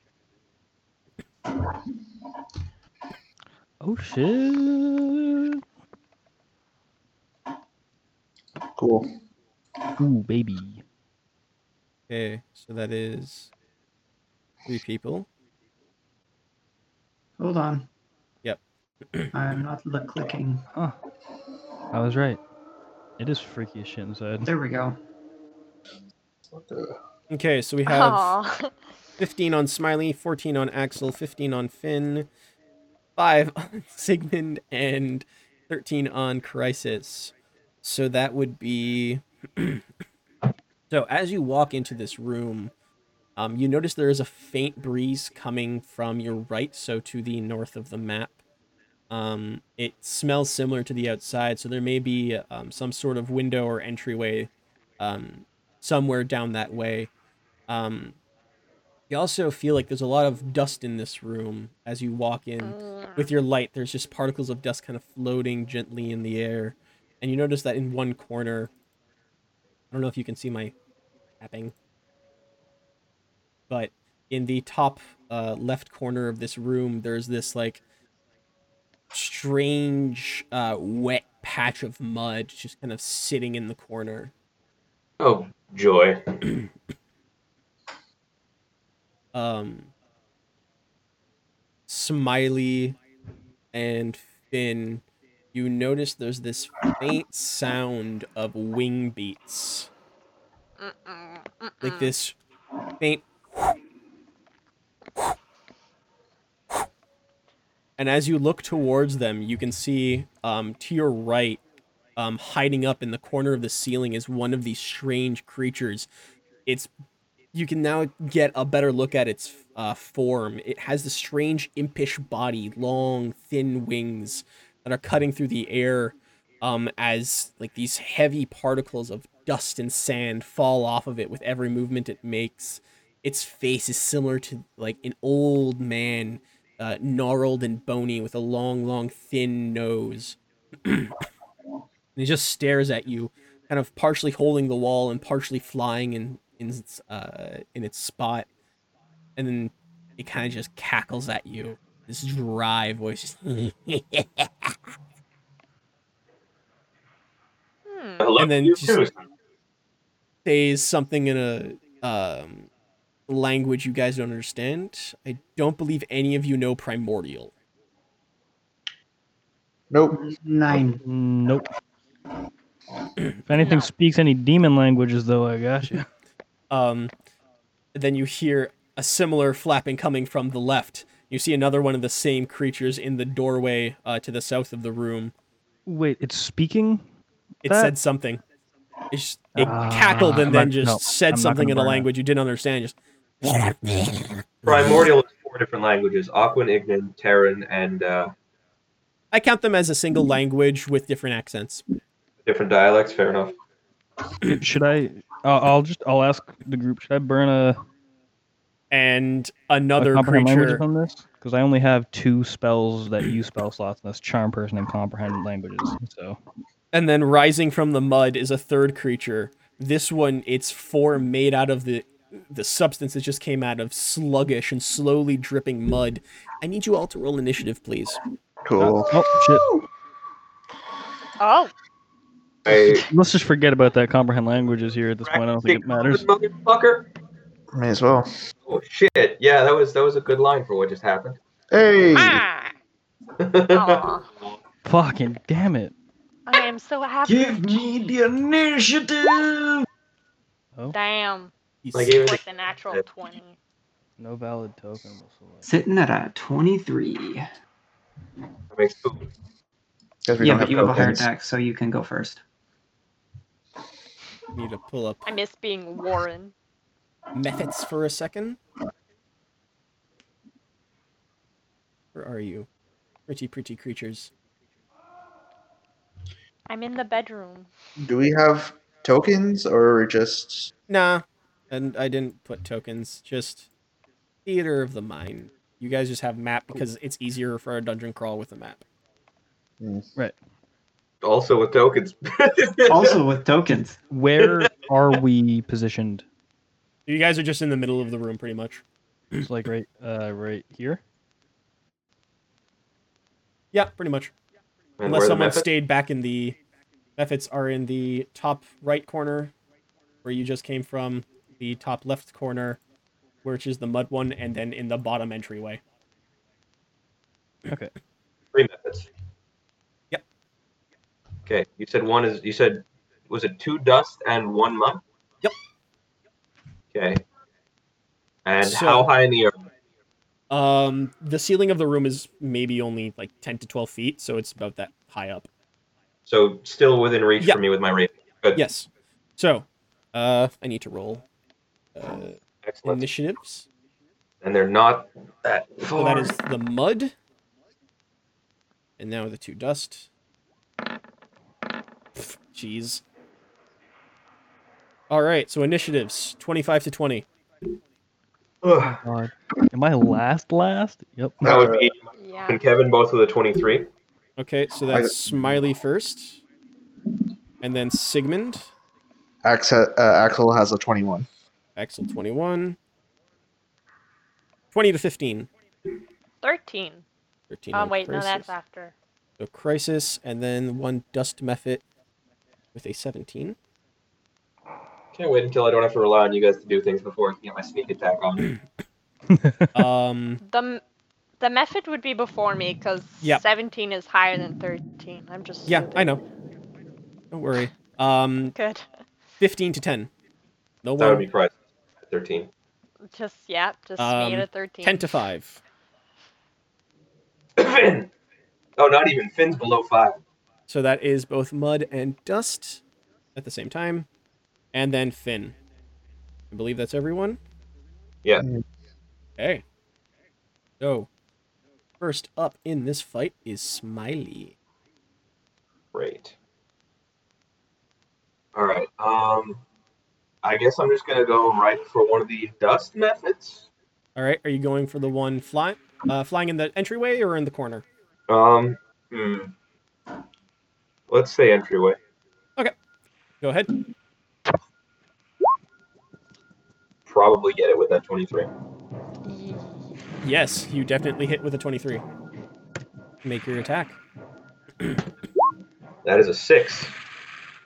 Oh shit! Cool. Ooh baby. Okay, so that is three people. Hold on. Yep. I'm not look clicking. Huh. I was right. It is freaky as shit inside. There we go. What the- Okay, so we have. <laughs> Aw. 15 on Smiley, 14 on Axel, 15 on Finn, 5 <laughs> on Sigmund, and 13 on Crisis. So that would be. <clears throat> so as you walk into this room, um, you notice there is a faint breeze coming from your right, so to the north of the map. Um, it smells similar to the outside, so there may be um, some sort of window or entryway um, somewhere down that way. Um, you also feel like there's a lot of dust in this room as you walk in. With your light, there's just particles of dust kind of floating gently in the air. And you notice that in one corner, I don't know if you can see my tapping, but in the top uh, left corner of this room, there's this like strange uh, wet patch of mud just kind of sitting in the corner. Oh, joy. um, Smiley and Finn, you notice there's this faint sound of wing beats, Mm-mm, mm-mm. like this faint. And as you look towards them, you can see um, to your right, um, hiding up in the corner of the ceiling, is one of these strange creatures. It's you can now get a better look at its uh, form. It has the strange impish body, long thin wings that are cutting through the air um, as like these heavy particles of dust and sand fall off of it with every movement it makes. Its face is similar to like an old man, uh, gnarled and bony, with a long, long, thin nose. <clears throat> and he just stares at you, kind of partially holding the wall and partially flying in in its, uh, in its spot, and then it kind of just cackles at you. This dry voice, <laughs> just, Hmm. Hello And then to you just- too. says something in a um, language you guys don't understand. I don't believe any of you know primordial. Nope. Nine. Nope. if anything No. speaks any demon languages, though, I got you. Um, then you hear a similar flapping coming from the left. You see another one of the same creatures in the doorway uh, to the south of the room. Wait, it's speaking. It That- said something. It, just, it Ah, cackled and I'm then not- just no, I'm said not something gonna in a burn it. language you didn't understand. Just <laughs> Primordial is four different languages: Aquan, Ignan, Terran, and uh, I count them as a single language with different accents. different dialects. Fair enough. Should I? Uh, I'll just. I'll ask the group. Should I burn a, And a another comprehend languages creature on this? Because I only have two spells that use spell slots, and that's charm person and comprehend languages. So And then rising from the mud is a third creature. This one, its form made out of the the substance that just came out of sluggish and slowly dripping mud. I need you all to roll initiative, please. Cool. oh shit. Oh, I Let's just forget about that comprehend languages here at this point. I don't think it Dick, matters. <laughs> Motherfucker. May as well. Oh shit! Yeah, that was that was a good line for what just happened. Hey. ah. <laughs> Aw. Fucking damn it. I am so happy. Give me the initiative. Damn, He's- Like even with the natural twenty. No valid token was selected. Sitting at a 23. if it makes food. Guess we yeah, don't but you have a higher tokens. deck, so you can go first. need to pull up I miss being Warren. methods for a second. Where are you? Pretty, pretty creatures. I'm in the bedroom. Do we have tokens or just? Nah, and I didn't put tokens. Just theater of the mind. You guys just have map because it's easier for a dungeon crawl with a map. Also with tokens. <laughs> Also with tokens. Where are we positioned? You guys are just in the middle of the room, pretty much. It's like right uh right here. Yeah, pretty much. And where Unless the someone method- stayed back in the methods are in the top right corner where you just came from, the top left corner, which is the mud one, and then in the bottom entryway. Okay. three methods. Yep. Okay, you said one is you said was it two dust and one mud? Yep. Okay. And So- how high in the air? Um the ceiling of the room is maybe only like ten to twelve feet, so it's about that high up. So still within reach Yeah. for me with my rating. Yes. So uh I need to roll uh Excellent. initiatives. and they're not that So far. that is the mud. And now the two dust. Pff, Jeez. All right, so initiatives 25 to 20. Ugh, God. Am I last last? Yep. that would be <laughs> Yeah. and Kevin both with a twenty-three. Okay, so I- that's Smiley first. And then Sigmund, Axel, uh, Axel has a twenty-one. Axel 21. 20 to 15. Thirteen. 13 Oh on wait, no, crisis. that's after. So crisis, and then one dust method with a 17. Can't wait until I don't have to rely on you guys to do things before I can get my sneak attack on. um, The m- the method would be before me because Yep. 17 is higher than 13. I'm just yeah, stupid. I know. Don't worry. Um, Good. fifteen to ten. No That would one. be price. Thirteen. <clears throat> Just yeah, just me Um, at a 13. Ten to five. Finn. Oh, not even Finn's below five. So that is both mud and dust at the same time, and then Finn. I believe that's everyone. Yeah. Okay. So, first up in this fight is Smiley. Great. All right. Um, I guess I'm just gonna go right for one of the dust methods. All right, are you going for the one fly, uh, flying in the entryway or in the corner? Um, hmm. Let's say entryway. Go ahead. Probably get it with that 23. <laughs> Yes, you definitely hit with a 23. Make your attack. That is a six.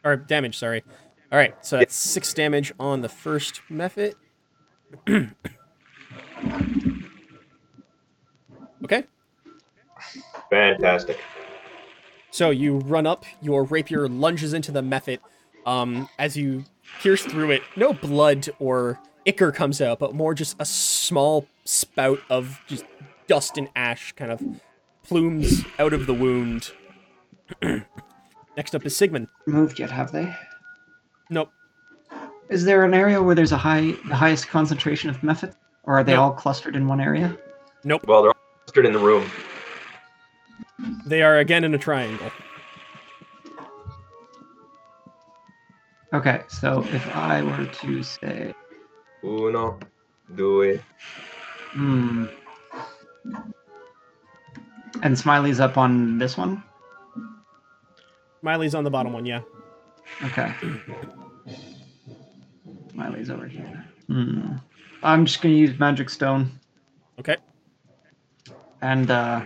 Or damage, sorry. All right, so that's six damage on the first method. <clears throat> okay, Fantastic. So you run up, your rapier lunges into the mephit. Um, as you pierce through it, no blood or ichor comes out, but more just a small spout of just dust and ash kind of plumes out of the wound. <clears throat> Next up is Sigmund. Moved yet? Have they? Nope. Is there an area where there's a high, the highest concentration of method, or are they No. all clustered in one area? Well, they're all clustered in the room. They are again in a triangle. Okay, so if I were to say, Uno, due. hmm, and Smiley's up on this one. Miley's on the bottom one, yeah. <clears throat> Okay. Smiley's over here. Hmm. I'm just gonna use magic stone. Okay. and uh,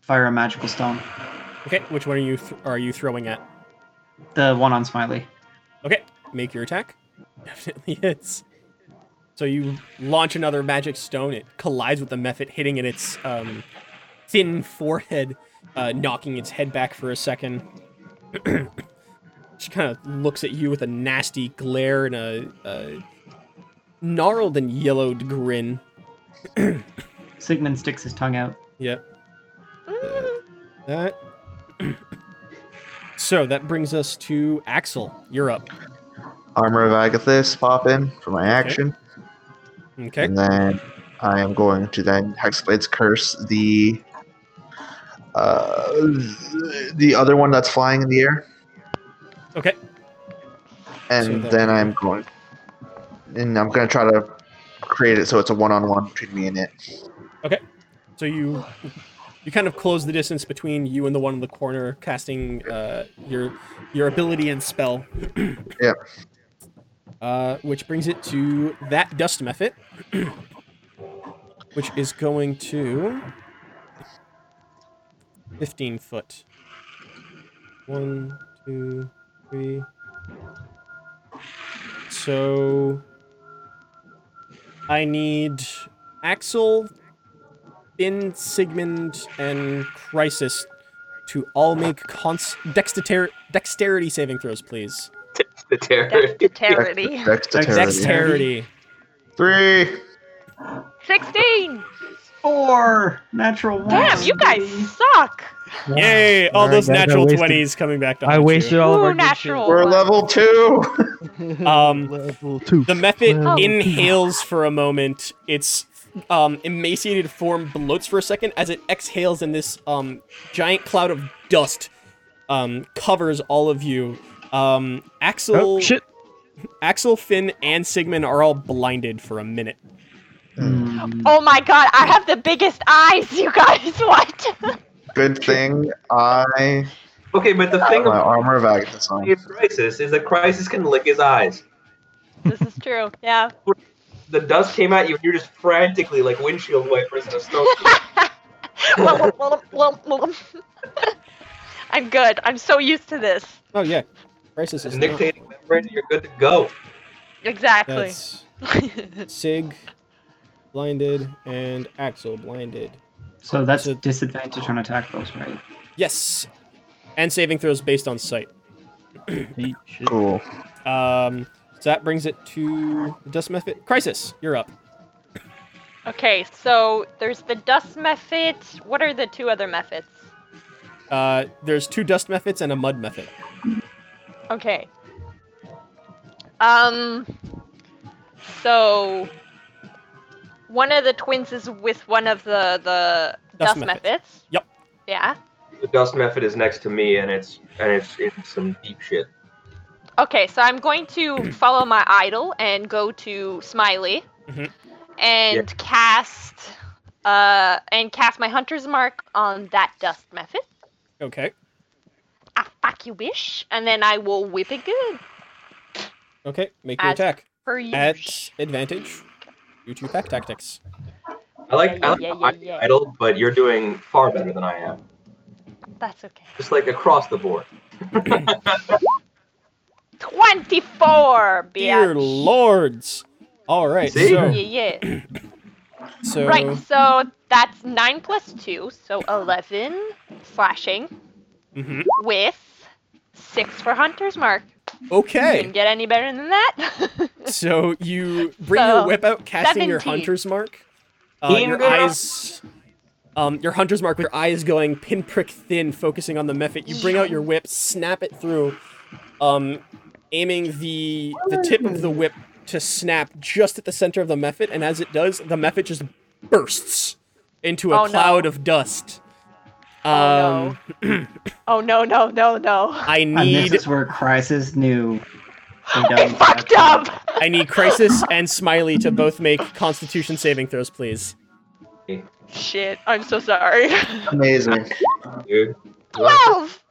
fire a magical stone. Okay, which one are you th- are you throwing at? The one on Smiley. Okay, make your attack. <laughs> Definitely hits. So you launch another magic stone. It collides with the mephit, hitting in its um, thin forehead, uh, knocking its head back for a second. <clears throat> she kind of looks at you with a nasty glare and a, a gnarled and yellowed grin. Sigmund sticks his tongue out. Yep. That. <clears throat> so that brings us to Axel. You're up. Armor of Agathis pop in for my action. Okay. And then I am going to then Hexblade's Curse the uh, the other one that's flying in the air. Okay. And So that- then I'm going and I'm gonna try to create it so it's a one on one between me and it. So you you kind of close the distance between you and the one in the corner, casting uh, your your ability and spell. Yeah. Uh, which brings it to that dust method, <clears throat> which is going to fifteen foot. One, two, three. So I need Axel, Finn, Sigmund, and Crisis to all make cons- dexter- dexterity saving throws, please. The terror. <laughs> Dexterity. Dexterity. Dexterity. Three. 16. Four natural ones. Damn, you guys suck. Yay! All Alright, those guys, I natural wasted- 20s coming back to I haunt wasted all of Ooh, our Oh, natural. We're one. level two. <laughs> Good Um, level two. The method Level two. inhales for a moment. Its um, emaciated form bloats for a second as it exhales, and this um, giant cloud of dust um, covers all of you. Um, Axel, Oh shit! Axel, Finn, and Sigmund are all blinded for a minute. Hmm. Oh my god, I have the biggest eyes, <laughs> you guys. What? Good thing I Okay, but Oh. the have thing my about armor of Agathis on. Crisis is that Crisis can lick his eyes. this is true. Yeah. The dust came at you, and you're just frantically like windshield wipers in <laughs> a snow. Wum, wum, wum, wum. <laughs> I'm good. I'm so used to this. Oh yeah, crisis is Nictating membrane, you're good to go. Exactly. That's Sig blinded and Axel blinded. So that's So- disadvantage on attack rolls, right? Yes. And saving throws based on sight. Cool. Um, so that brings it to the Dust Method. Crisis, you're up. <laughs> okay, so there's the dust method. What are the two other methods? Uh, there's two Dust Methods and a Mud Method. Okay. Um. So one of the twins is with one of the the Dust dust, methods. methods. Yep. Yeah. The dust method is next to me, and it's and it's in some deep shit. Okay, so I'm going <clears throat> to follow my idol and go to Smiley Mhm. and cast uh and cast my hunter's mark on that dust method. Okay. Ah, fuck you, wish, and then I will whip it good Okay. Make your As- attack for you. at advantage. Due to pack tactics. I like, Yeah, I like yeah, how yeah, I'm yeah. idle, but you're doing far better than I am. That's okay. Just like across the board. Twenty-four, bitch. Dear lords. All right. See? Yeah, So, yeah. <clears throat> yeah. so Right, so that's nine plus two, so eleven slashing Mhm. with six for hunter's mark. You okay. can get any better than that. <laughs> So you bring your So, whip out, casting your 17. hunter's mark. Uh, your Finger. eyes, um, your hunter's mark with your eyes going pinprick thin, focusing on the mephit. You bring out your whip, snap it through, um, aiming the the tip of the whip to snap just at the center of the mephit, and as it does, the mephit just bursts into a Oh, no. cloud of dust. Um, oh no. oh no, no, no, no. I And need this is where Crisis knew. <laughs> they I done fucked fucked up! I need Crisis and Smiley to both make Constitution saving throws, please. Shit, I'm so sorry. Amazing. Dude. Twelve!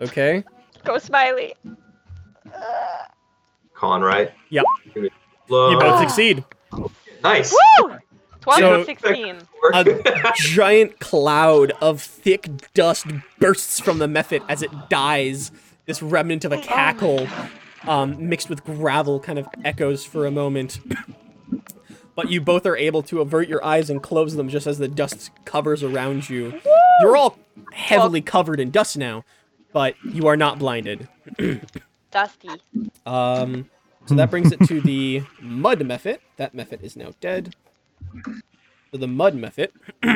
Okay. Go smiley. Uh, Con, right? Yep. Low. You both Oh. succeed. Nice. woo! Twelve So- to sixteen. A giant cloud of thick dust bursts from the method as it dies. This remnant of a cackle, um, mixed with gravel, kind of echoes for a moment. <clears throat> But you both are able to avert your eyes and close them just as the dust covers around you. You're all heavily covered in dust now, but you are not blinded. Dusty. Um, so that brings it to the mud method. That method is now dead. So the mud method <clears throat>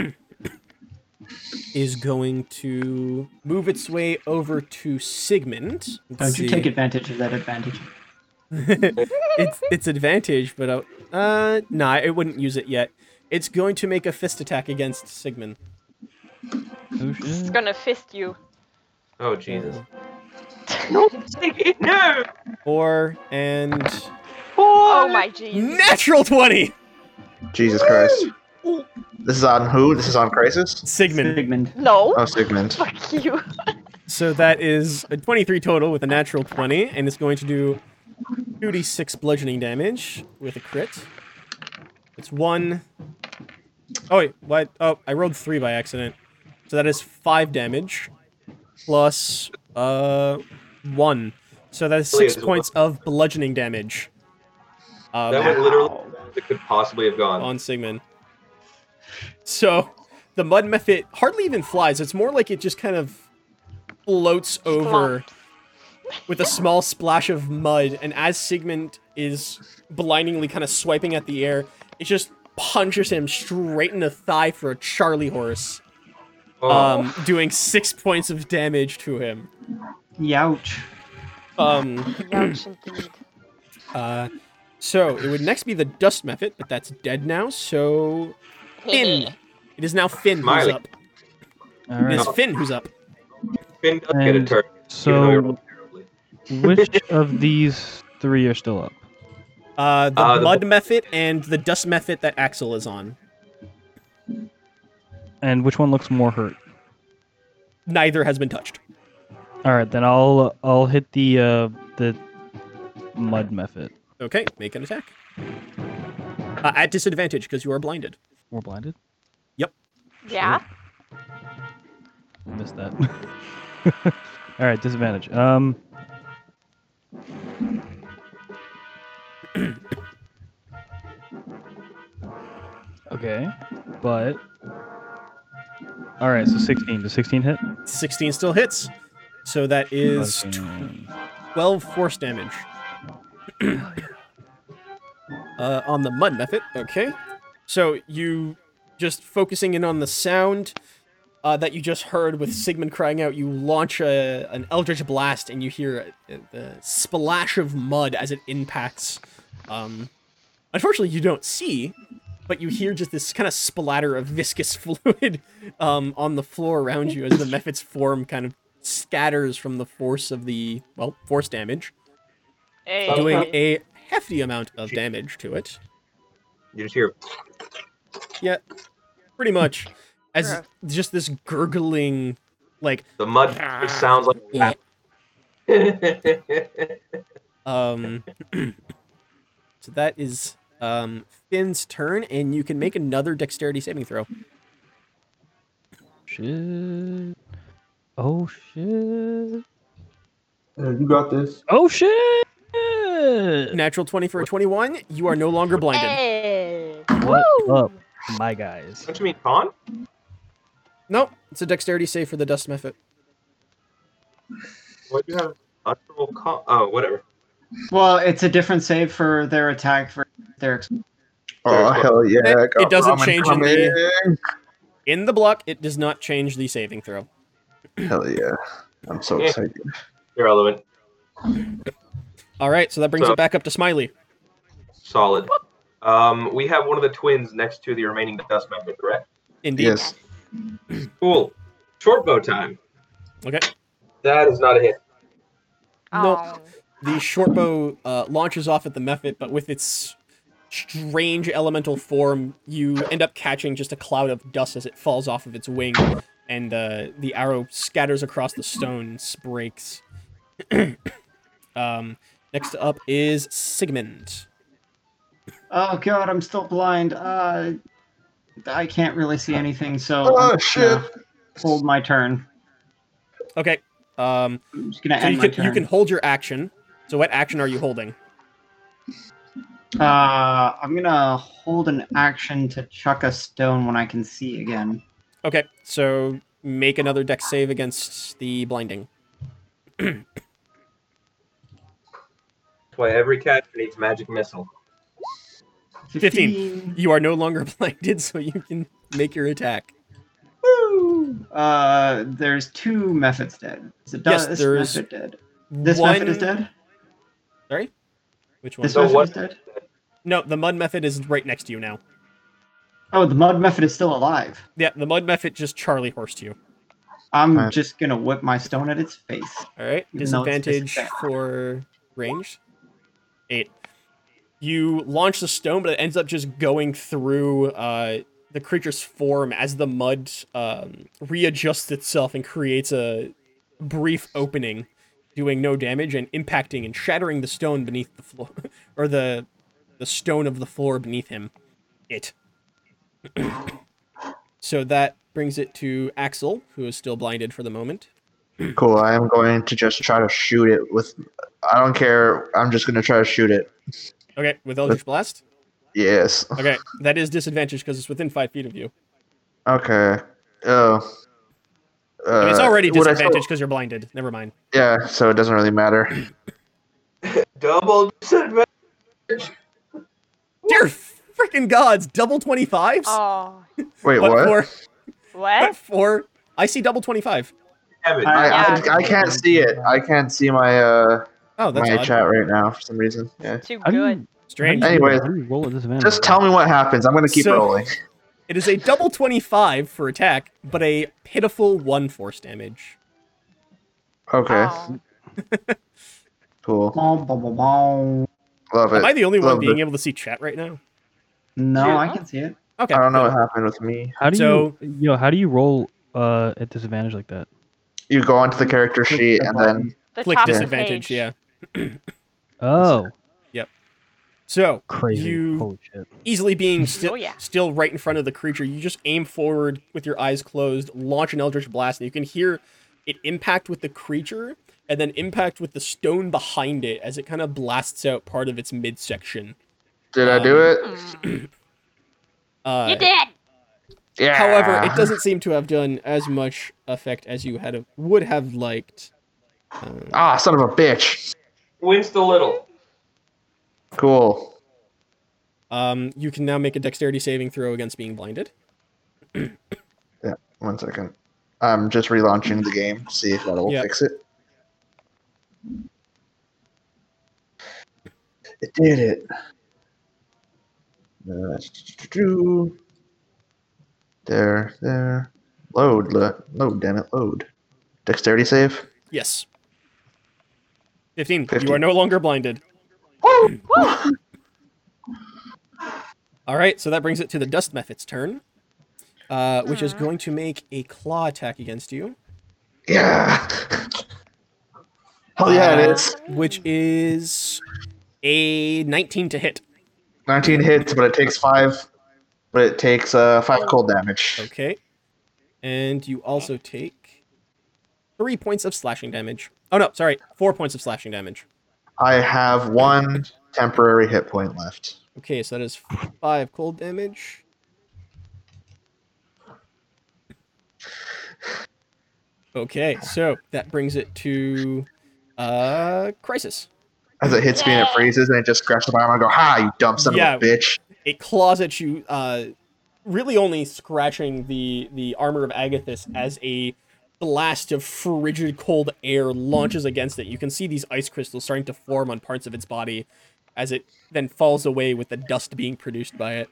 is going to move its way over to Sigmund. Let's Don't you see. take advantage of that advantage? <laughs> it's it's advantage, but uh, uh, nah, it wouldn't use it yet. It's going to make a fist attack against Sigmund. Oh, It's shit. gonna fist you. <laughs> Oh Jesus. Four and Oh my jeez. natural twenty. Jesus Christ. This is on who? This is on Crisis? Sigmund. Sigmund. No. Oh, Sigmund. Fuck you. So that is a 23 total with a natural 20, and it's going to do 2d6 bludgeoning damage with a crit. It's one oh wait, what? Oh, I rolled three by accident. So that is five damage plus uh one. So that is six Please. points of bludgeoning damage. Um, That went literally it could possibly have gone. on Sigmund. So the mud method hardly even flies. It's more like it just kind of floats over with a small splash of mud. And as Sigmund is blindingly kind of swiping at the air, it just punches him straight in the thigh for a Charlie horse, Oh, um, doing six points of damage to him. Youch. Um, <laughs> Ouch, indeed. uh, so it would next be the dust method, but that's dead now. So Finn, it is now Finn who's Smiley. up. All It is right. Finn who's up. Finn does get a And turn. even though he So, rolled terribly. which of these three are still up? Uh, the Uh, the- mud method and the dust method that Axel is on. And which one looks more hurt? Neither has been touched. All right, then I'll I'll hit the uh, the mud method. Okay, make an attack. Uh, at disadvantage because you are blinded. We're blinded. Yeah? Missed that. <laughs> All right, disadvantage. Um. <coughs> Okay, but all right. So sixteen. Does sixteen hit? 16 still hits. So that is 12 force damage. <clears throat> uh, on the mud method, okay. So you just focusing in on the sound uh, that you just heard with Sigmund crying out, you launch a, an eldritch blast and you hear a- a- the splash of mud as it impacts. Um, unfortunately, you don't see, but you hear just this kind of splatter of viscous <laughs> fluid um, on the floor around you as the mephit's form kind of scatters from the force of the well force damage, Hey. doing a hefty amount of damage to it. You just hear Yeah, pretty much as Bruh. just this gurgling, like the mud it sounds like Yeah. it um. <clears throat> so that is um Finn's turn, and you can make another dexterity saving throw. Shit. Oh shit. you got this. Oh shit. Natural twenty for a twenty-one. You are no longer blinded. Hey. What Woo. up, my guys? Don't you mean con? Nope, it's a dexterity save for the dust method. Why do you have unnatural con? Oh, whatever. Well, it's a different save for their attack for their. Ex- Oh hell yeah! I It- it got doesn't ramen change in the- coming. In the block, it does not change the saving throw. Hell yeah! I'm so Yeah. excited. Irrelevant. All right, so that brings So- it back up to Smiley. Solid. Um, we have one of the twins next to the remaining dust member, correct? Indeed. Yes. Cool. Short bow time. Okay. That is not a hit. No. Aw. The short bow uh, launches off at the Mephit, but with its strange elemental form, you end up catching just a cloud of dust as it falls off of its wing, and uh, the arrow scatters across the stones, breaks. <clears throat> um, next up is Sigmund. oh god, I'm still blind. Uh, I can't really see anything, so I'm Oh gonna shit! hold my turn. Okay. Um, I'm just gonna so end you my can, turn. you can hold your action. So what action are you holding? Uh, I'm gonna hold an action to chuck a stone when I can see again. Okay, so make another deck save against the blinding. That's why every cat needs magic missile. 15. You are no longer <laughs> blinded, so you can make your attack. Woo! Uh, there's two methods dead. So Yes, this there is method dead. This one... method is dead. Sorry? Which one? This No, method what- is dead. No, the mud method is right next to you now. Oh, the mud method is still alive. Yeah, the mud method just Charlie horsed you. I'm Alright. just gonna whip my stone at its face. All right, Even though it's disadvantage disadvantage. for range. Eight. You launch the stone, but it ends up just going through uh, the creature's form as the mud um, readjusts itself and creates a brief opening, doing no damage and impacting and shattering the stone beneath the floor, <laughs> or the the stone of the floor beneath him. It. <clears throat> so that brings it to Axel, who is still blinded for the moment. Cool. I am going to just try to shoot it with. I don't care. I'm just gonna try to shoot it. Okay, with Eldritch Blast. Yes. Okay, that is disadvantage because it's within five feet of you. Okay. Oh. Uh, I mean, it's already would I still- disadvantage because you're blinded. Never mind. yeah, so it doesn't really matter. <clears throat> Double disadvantage. Dear freaking gods, double 25s? Aw. Wait, but what? for Oh. <laughs> What? but for I see double 25. Damn it. I, Yeah. I, I can't see it. I can't see my uh Oh, that's my odd. Hmm. chat right now for some reason. Yeah. Too How do you- good. Strange. how do you- Anyways, how do you roll at disadvantage? Just tell me what happens. I'm gonna keep So- rolling. It is a double 25 for attack, but a pitiful one force damage. Okay. Aw. Cool. Bow, bow, bow, bow. Love it. Am I the only one Love being it. able to see chat right now? No, I Yeah. can see it. Okay. I don't know good. what happened with me. How do So- you, you know, how do you roll uh, at disadvantage like that? You go onto the character Click sheet the and button. then The Click top of the disadvantage, page. yeah. Oh, So, crazy! You- Holy shit! easily being still Oh, yeah. still right in front of the creature, you just aim forward with your eyes closed, launch an eldritch blast, and you can hear it impact with the creature and then impact with the stone behind it as it kind of blasts out part of its midsection. Mm. did I do Um, it? Hmm. Uh, you did. Yeah. However, it doesn't seem to have done as much effect as you had would have liked. Um, Ah, son of a bitch. Winston Little. Cool. um, you can now make a dexterity saving throw against being blinded. One second. I'm just relaunching the game. See if that'll Yep. fix it. It did it. Uh, there, there. Load, lo- load, damn it, load. Dexterity save. Yes. 15. You are 15. no longer blinded. All right, so that brings it to the dust method's turn, uh, which is Mhm. going to make a claw attack against you, Yeah. <laughs> Hell Oh, yeah, it is. uh, which is a 19 to hit. 19 hits, but it takes five. But it takes uh five cold damage. Okay. And you also take three points of slashing damage. Oh, no, sorry, four points of slashing damage. I have one temporary hit point left. Okay, so that is five cold damage. Okay, so that brings it to uh, Crisis. As it hits me and it freezes and it just scratches my arm, I go, Ha, you dumb son Yeah. of a bitch. it claws at you, uh, really only scratching the the armor of Agathis as a blast of frigid cold air launches against it. You can see these ice crystals starting to form on parts of its body as it then falls away with the dust being produced by it.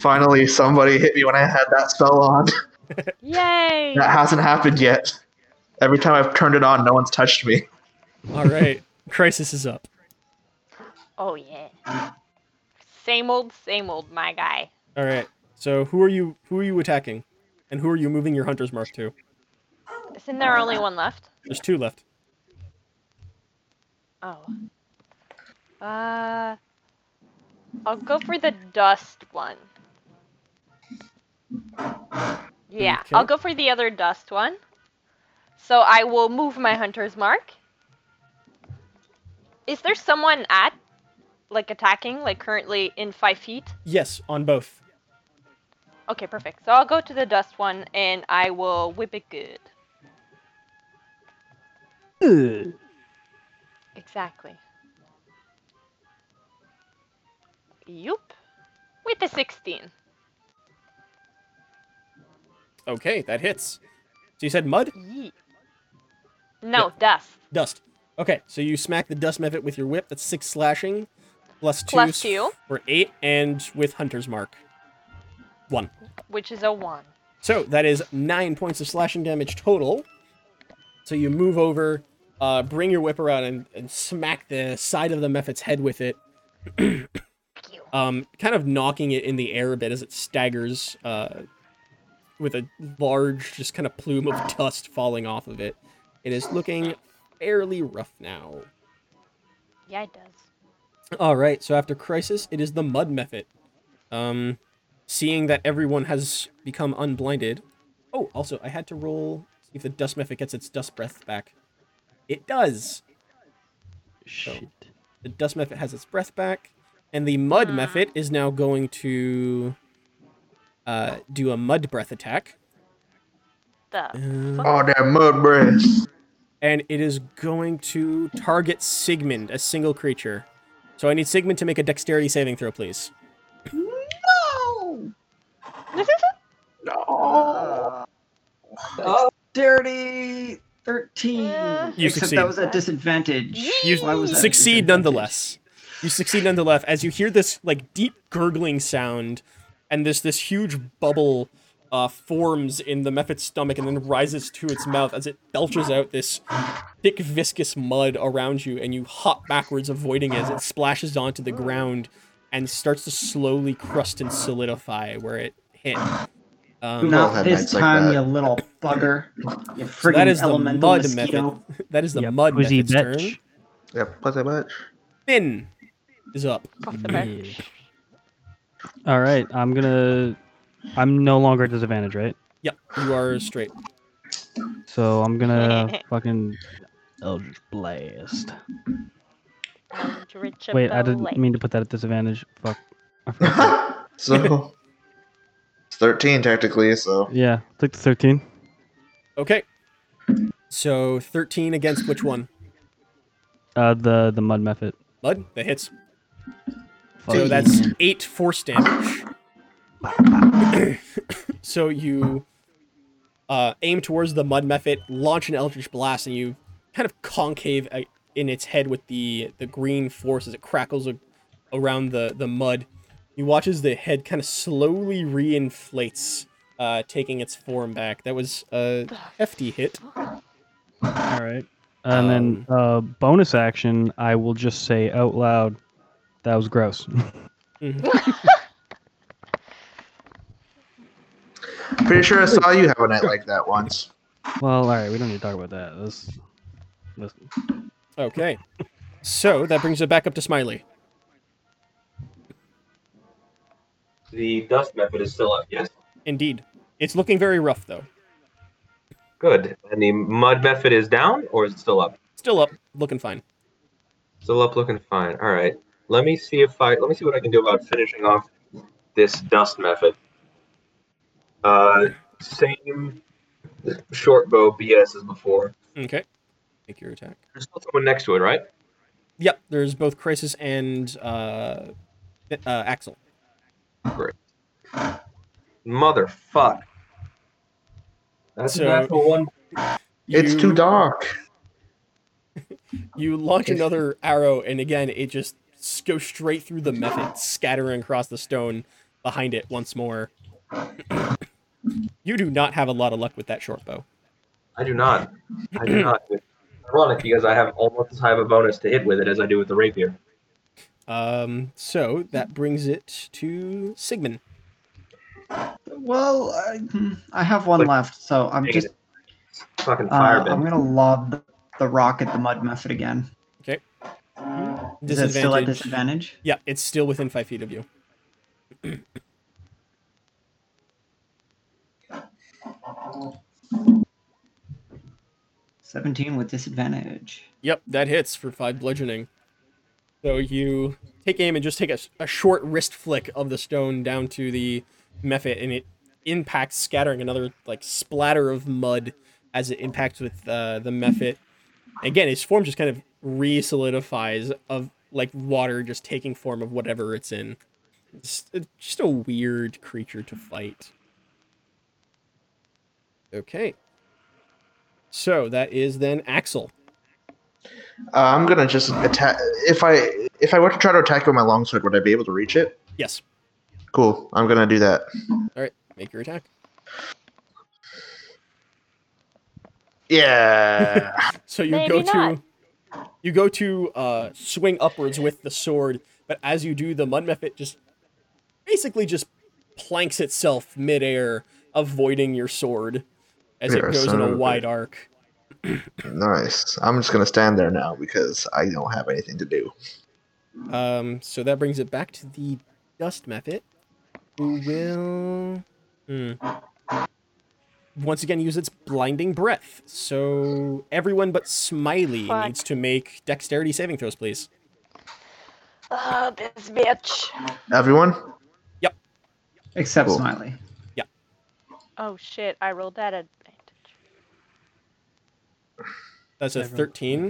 Finally somebody hit me when I had that spell on. <laughs> Yay. that hasn't happened yet. Every time I've turned it on, no one's touched me. All right, <laughs> Crisis is up. Oh yeah. Same old, same old, my guy. All right, so who are you who are you attacking, and who are you moving your hunter's mark to? Isn't there only one left? There's two left. Oh. Uh. I'll go for the dust one. Yeah, I'll Okay. go for the other dust one. So I will move my hunter's mark. Is there someone at, like, attacking, like, currently in five feet? Yes, on both. Okay, perfect. So I'll go to the dust one and I will whip it good. Exactly. Yup. With the 16. Okay, that hits. So you said mud. Yee. No, dust. Dust. Okay, so you smack the dust method with your whip. That's six slashing, plus two, Plus s- two. for eight, and with Hunter's Mark, one. which is a 1. So that is nine points of slashing damage total. So you move over, uh, bring your whip around, and, and smack the side of the mephit's head with it, <clears throat> Fuck you. um, kind of knocking it in the air a bit as it staggers, uh, with a large, just kind of plume of dust falling off of it. It is looking fairly rough now. Yeah, it does. All right, so after crisis, it is the mud method. Um, seeing that everyone has become unblinded. Oh, also, I had to roll see if the dust method gets its dust breath back. It does. Shit. The dust method has its breath back, and the mud Hmm. method is now going to uh, do a mud breath attack, The Uh, Oh, that mud breath. and it is going to target Sigmund, a single creature. So I need Sigmund to make a dexterity saving throw, please. Dexterity 13. Yeah. You Except succeed. that was at disadvantage. You Why was that at succeed disadvantage? nonetheless. You succeed nonetheless as you hear this like deep gurgling sound, and this this huge bubble uh, forms in the mephit's stomach and then rises to its mouth as it belches out this thick viscous mud around you, and you hop backwards, avoiding it as it splashes onto the ground and starts to slowly crust and solidify where it hit. Um, No. Not had this nights like time, that. you little <laughs> bugger. You friggin' that is the elemental mud mosquito. That is the Ya mud pussy mephit's turn. bitch. Yep, plus that <laughs> much. Finn is up. Off the back. Yeah. All right, I'm gonna. I'm no longer at disadvantage, right? Yep, you are straight. So I'm gonna fucking Eldritch Blast. Eldritch Wait, I Blade. <laughs> didn't mean to put that at disadvantage. Fuck. I forgot. so thirteen technically. So Yeah, take the thirteen. Okay. So 13 against which one? Uh, the the mud method. Mud? That hits. Fuck. So that's eight force damage. <coughs> so you uh, aim towards the mud method, launch an eldritch blast, and you kind of concave uh, in its head with the the green force as it crackles a- around the the mud. You watch as the head kind of slowly reinflates, uh, taking its form back. That was a hefty hit. All right. And then Um, uh, bonus action, I will just say out loud, that was gross. pretty sure I saw you have a night like that once. well, all right, we don't need to talk about that. Let's, let's- Okay, so that brings it back up to Smiley. The dust method is still up, yes? Indeed, it's looking very rough though. Good. And the mud method is down, or is it still up? Still up, looking fine. Still up, looking fine. All right. Let me see if I let me see what I can do about finishing off this dust method. Uh, same short bow BS as before. Okay. Make your attack. There's still someone next to it, right? Yep, there's both Crisis and uh, uh, Axel. Motherfuck. That's So- a natural one. It's You- too dark. You launch another arrow, and again, it just s- goes straight through the method, scattering across the stone behind it once more. you do not have a lot of luck with that short bow. I do not. I do not. It's ironic because I have almost as high of a bonus to hit with it as I do with the rapier. Um, so that brings it to Sigmund. Well, I, hmm, I have one Click. left, so I'm Take just Fucking uh, firebend. I'm gonna lob the, the rock at the mud method again. Is it still at disadvantage? Yeah, it's still within five feet of you. Seventeen with disadvantage. Yep, that hits for five bludgeoning. So you take aim and just take a, a short wrist flick of the stone down to the mephit, and it impacts, scattering another like splatter of mud as it impacts with uh, the mephit. Again, his form just kind of re-solidifies of like water just taking form of whatever it's in. It's, it's just a weird creature to fight. Okay. So that is then Axel. Uh, I'm gonna just attack. If I if I were to try to attack with my longsword, would I be able to reach it? Yes. Cool. I'm gonna do <laughs> that. All right, make your attack. Yeah. So you Maybe go to not. you go to uh, swing upwards with the sword, but as you do, the mud method just basically just planks itself midair, avoiding your sword as it Yeah, goes in son a of a wide arc. nice. I'm just gonna stand there now because I don't have anything to do. Um, so that brings it back to the dust method, who will hmm. once again use its blinding breath. So everyone but Smiley Fuck. needs to make dexterity saving throws, please. Oh, this bitch. Everyone. Except Cool. Smiley. Oh shit! I rolled that advantage. That's a Everyone. thirteen,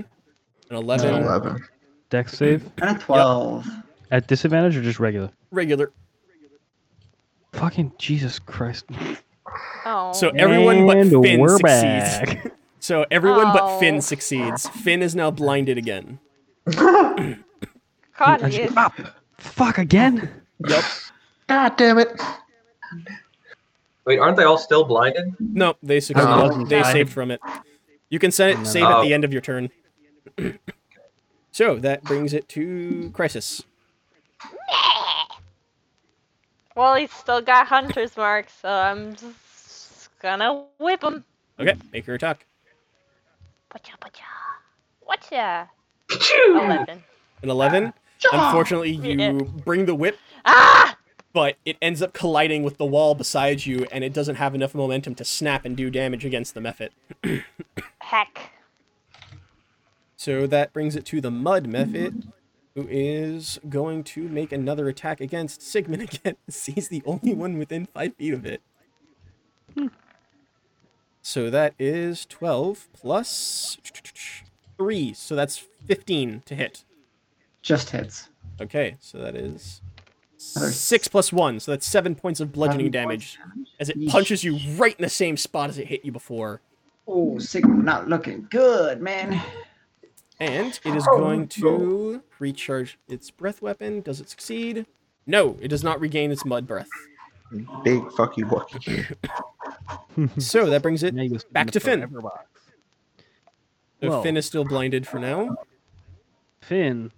an eleven, Eleven. dex save And a twelve. at disadvantage or just regular? regular. Fucking Jesus Christ! Oh. So everyone but And Finn we're succeeds. back. So everyone but Oh. Finn succeeds. Finn is now blinded again. God, I he just- is. Fuck again. Yep. God damn it. Wait, aren't they all still blinded? No, they succeed. Oh. they saved from it. You can set it save at the end of your turn. <clears throat> so that brings it to crisis. Well, he's still got hunter's mark, so I'm just gonna whip him. Okay, make your attack. Watcha, watcha, watcha. Pachoo! Eleven. An eleven. Unfortunately, you bring the whip, Ah! but it ends up colliding with the wall beside you, and it doesn't have enough momentum to snap and do damage against the method. Heck. So that brings it to the mud method, who is going to make another attack against Sigmund <laughs> again. He's the only one within five feet of it. So that is 12 plus 3. So that's 15 to hit. Just hits. Okay, so that is Another 6 plus 1. So that's 7 points of bludgeoning Seven damage points as it Um, Yeesh. punches you right in the same spot as it hit you before. Oh, Sigma, not looking good, man. And it is going to recharge its breath weapon. Does it succeed? No, it does not regain its mud breath. Big fuck you, Wookie. So that brings it. Now you go back in to the Finn. forever box. So Well, Finn is still blinded for now. Finn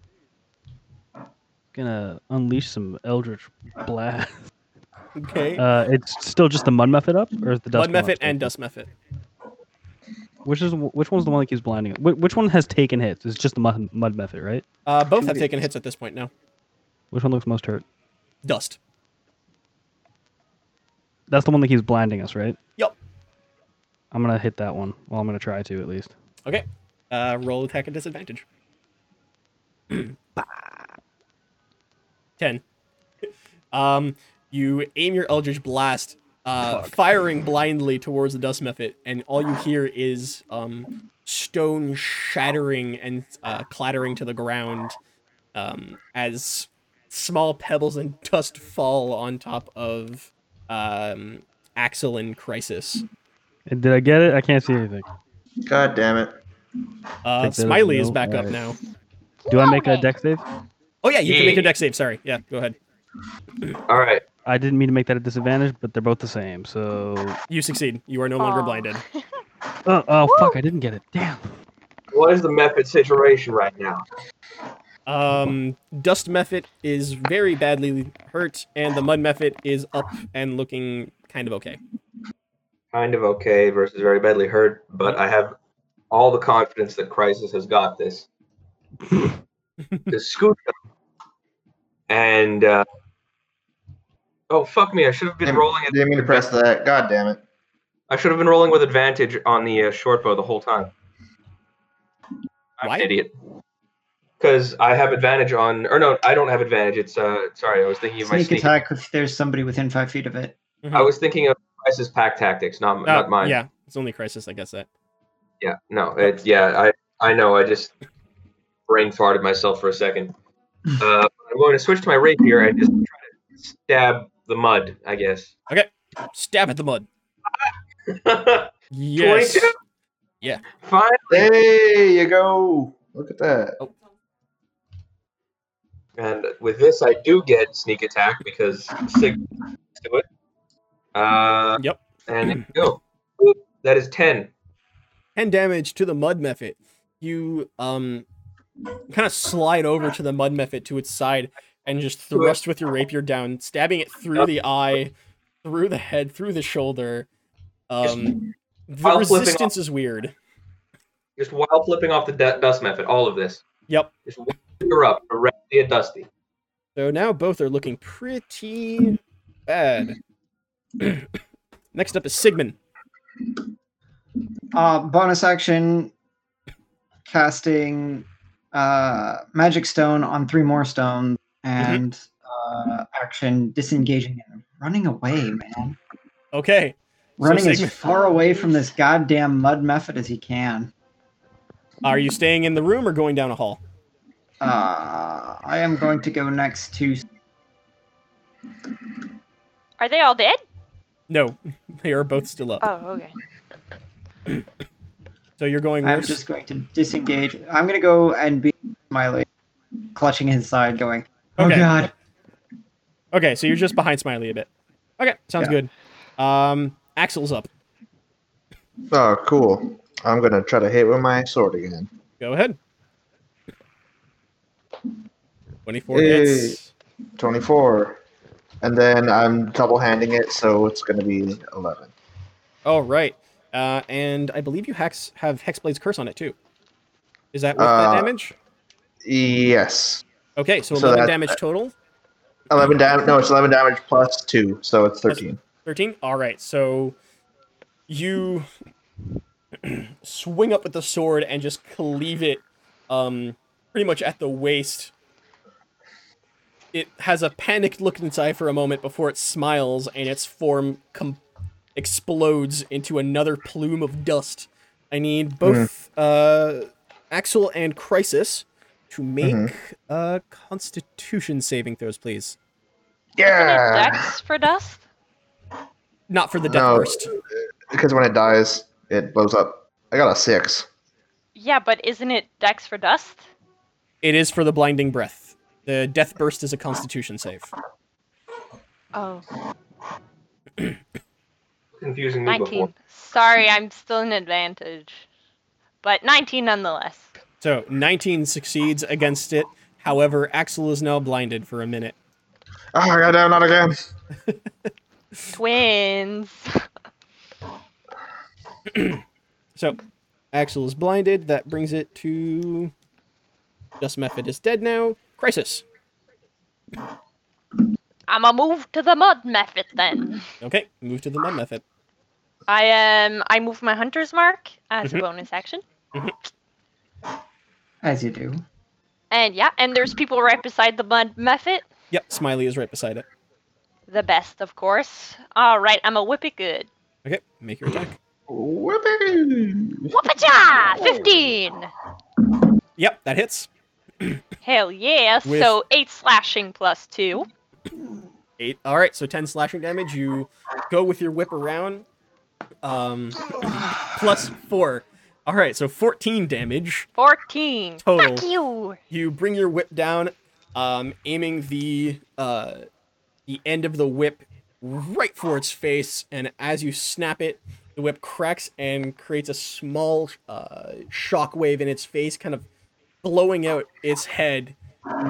gonna unleash some eldritch <laughs> blast. Okay. Uh, it's still just the mud method up, or is the dust Mud one Mephit up? and Dust Mephit. Which is which one's the one that keeps blinding? it? Wh- Which one has taken hits? It's just the mud, mud method, right? Uh, both have taken hits at this point now. Which one looks most hurt? Dust. That's the one that keeps blinding us, right? Yup. I'm gonna hit that one. Well, I'm gonna try to at least. Okay. Uh, roll attack at disadvantage. Ten. Um, you aim your Eldritch Blast, uh, firing blindly towards the Dust Method, and all you hear is um, stone shattering and uh, clattering to the ground um, as small pebbles and dust fall on top of um, Axel and Crisis. And Eh, Did I get it? I can't see anything. God damn it. Uh, Take that as a Smiley is no. back up Alright. now. Do I make a Loading. deck save? Oh yeah, you can make Yeah. a deck save. Sorry. Yeah, go ahead. All right. I didn't mean to make that a disadvantage, but they're both the same. So, You succeed. You are no longer Aw. blinded. oh, oh fuck, I didn't get it. Damn. What is the method situation right now? Um, Dust Mephit is very badly hurt, and the Mud Mephit is up and looking kind of okay. Kind of okay versus very badly hurt, but I have all the confidence that Crisis has got this. to scoot them. And uh, oh fuck me! I should have been Didn't- rolling it. Didn't mean to press that. God damn it. I should have been rolling with advantage on the uh, short bow the whole time. I'm Why? an idiot. Because I have advantage on, or no, I don't have advantage. It's uh, sorry, I was thinking of my Sneak sneak. attack if there's somebody within five feet of it. I was thinking of Crisis Pack Tactics, not Uh, not mine. Yeah, it's only Crisis. I guess that. Yeah, no, it's yeah, I I know, I just brain farted myself for a second. Uh, I'm going to switch to my rapier and just try to stab the mud, I guess. Stab at the mud. Yes. 22? Fine. There you go. Look at that. And with this, I do get sneak attack because sig do it. Uh, Yep. <clears throat> And there you go. Boop. That is ten. Ten damage to the Mud Mephit. You um, kind of slide over to the Mud Mephit to its side and just thrust with your rapier down, stabbing it through the eye, through the head, through the shoulder. Um, the While flipping resistance is weird. Just while flipping off the du- dust method, all of this. Yep. Just one finger up, directly at Dusty. So now both are looking pretty bad. <clears throat> Next up is Sigmund. Uh, bonus action casting uh, magic stone on three more stones Mm-hmm. and uh, action disengaging and running away, man. Okay. So Running as Sigmund- far away from this goddamn mud method as he can. Are you staying in the room or going down a hall? Uh, I am going to go next to. Are they all dead? No, <laughs> they are both still up. Oh, okay. So you're going I'm with just going to disengage. I'm going to go and be Smiley, clutching his side, going, "Oh Okay. God, Okay, so you're just behind Smiley a bit. Okay, sounds good. Um Axel's up. Oh, cool. I'm gonna try to hit with my sword again. Go ahead. 24 Hey. hits. 24. And then I'm double handing it, so it's gonna be 11. All right. Uh, and I believe you hex have Hexblade's curse on it too. Is that worth that Uh, damage? Yes. Okay, so so 11 that- damage total. 11 damage. No, it's 11 damage plus 2, so it's 13. 13 all right so you <clears throat> swing up with the sword and just cleave it um pretty much at the waist it has a panicked look in its eye for a moment before it smiles and its form com- explodes into another plume of dust. I need both uh, Axel and Crisis to make uh, Constitution saving throws, please. Yeah. Dex for dust? Not for the death No. burst. Because when it dies, it blows up. I got a six. Yeah, but isn't it Dex for dust? It is for the blinding breath. The death burst is a Constitution save. Oh, Confusing me 19. before. Sorry, I'm still an advantage. But 19 nonetheless. So 19 succeeds against it. However, Axel is now blinded for a minute. Oh my god, no, not again. Twins. So Axel is blinded. That brings it to Just Method is dead now. Crisis. I'ma move to the mud method then. Okay, move to the mud method. I am. I move my hunter's mark as Mhm. a bonus action. As you do. And yeah, and there's people right beside the mud method. Yep, Smiley is right beside it. The best, of course. All right, I'm a whip it good. Okay, make your attack. Whipping. Whoopacha! 15! Yep, that hits. Hell yeah. With- So 8 slashing plus 2. Eight. All right, so 10 slashing damage. You go with your whip around. Um, plus four. All right, so 14 damage. 14. Total. Fuck you! you bring your whip down, um, aiming the uh, the end of the whip right for its face, and as you snap it, the whip cracks and creates a small uh, shockwave in its face, kind of blowing out its head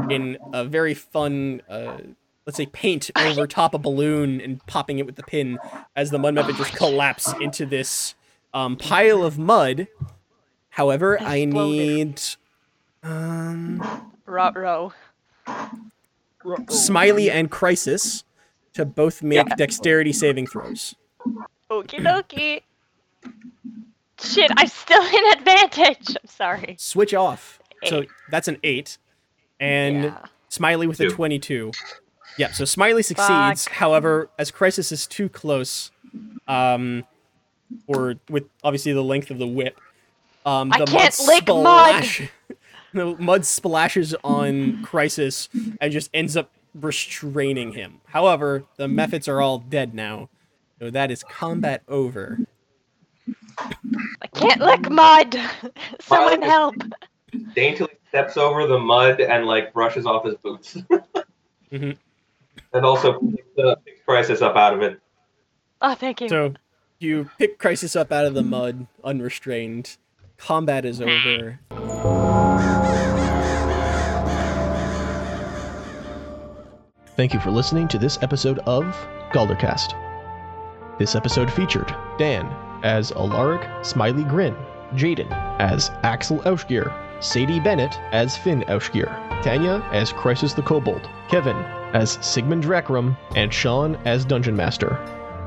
in a very fun, uh, let's say, paint over top a balloon and popping it with the pin as the mud muppet just collapse into this um, pile of mud. However, I Exploded. need. Um, Rot row. Smiley and Crisis to both make dexterity saving throws. Okie dokie. Shit, I'm still <laughs> in advantage. I'm sorry. Switch off. So that's an eight. And Yeah. Smiley with a Two. 22. Yeah, so Smiley succeeds. However, as Crisis is too close, um, or with obviously the length of the whip, um, I the can't mud lick mud! splash- <laughs> the mud splashes on Crisis and just ends up restraining him. However, the methods are all dead now, so that is combat over. I can't lick mud. <laughs> Someone Mud. help. Daintily steps over the mud and like brushes off his boots. Mhm. <laughs> And also picks uh, picks Crisis up out of it. Oh, thank you. So you pick Crisis up out of the mud, unrestrained. Combat is over. Thank you for listening to this episode of Galdercast. This episode featured Dan as Alaric Smiley Grin, Jaden as Axel Ausgier, Sadie Bennett as Finn Ausgier, Tanya as Crisis the Kobold, Kevin as Sigmund Drakram, and Sean as Dungeon Master.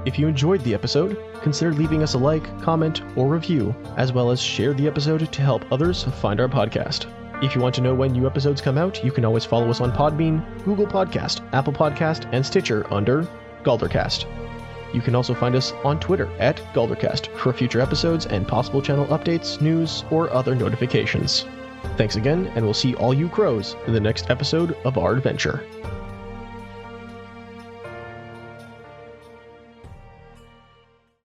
If you enjoyed the episode, consider leaving us a like, comment, or review, as well as share the episode to help others find our podcast. If you want to know when new episodes come out, you can always follow us on Podbean, Google Podcast, Apple Podcast, and Stitcher under Galdercast. You can also find us on Twitter at Galdercast for future episodes and possible channel updates, news, or other notifications. Thanks again, and we'll see all you crows in the next episode of our adventure.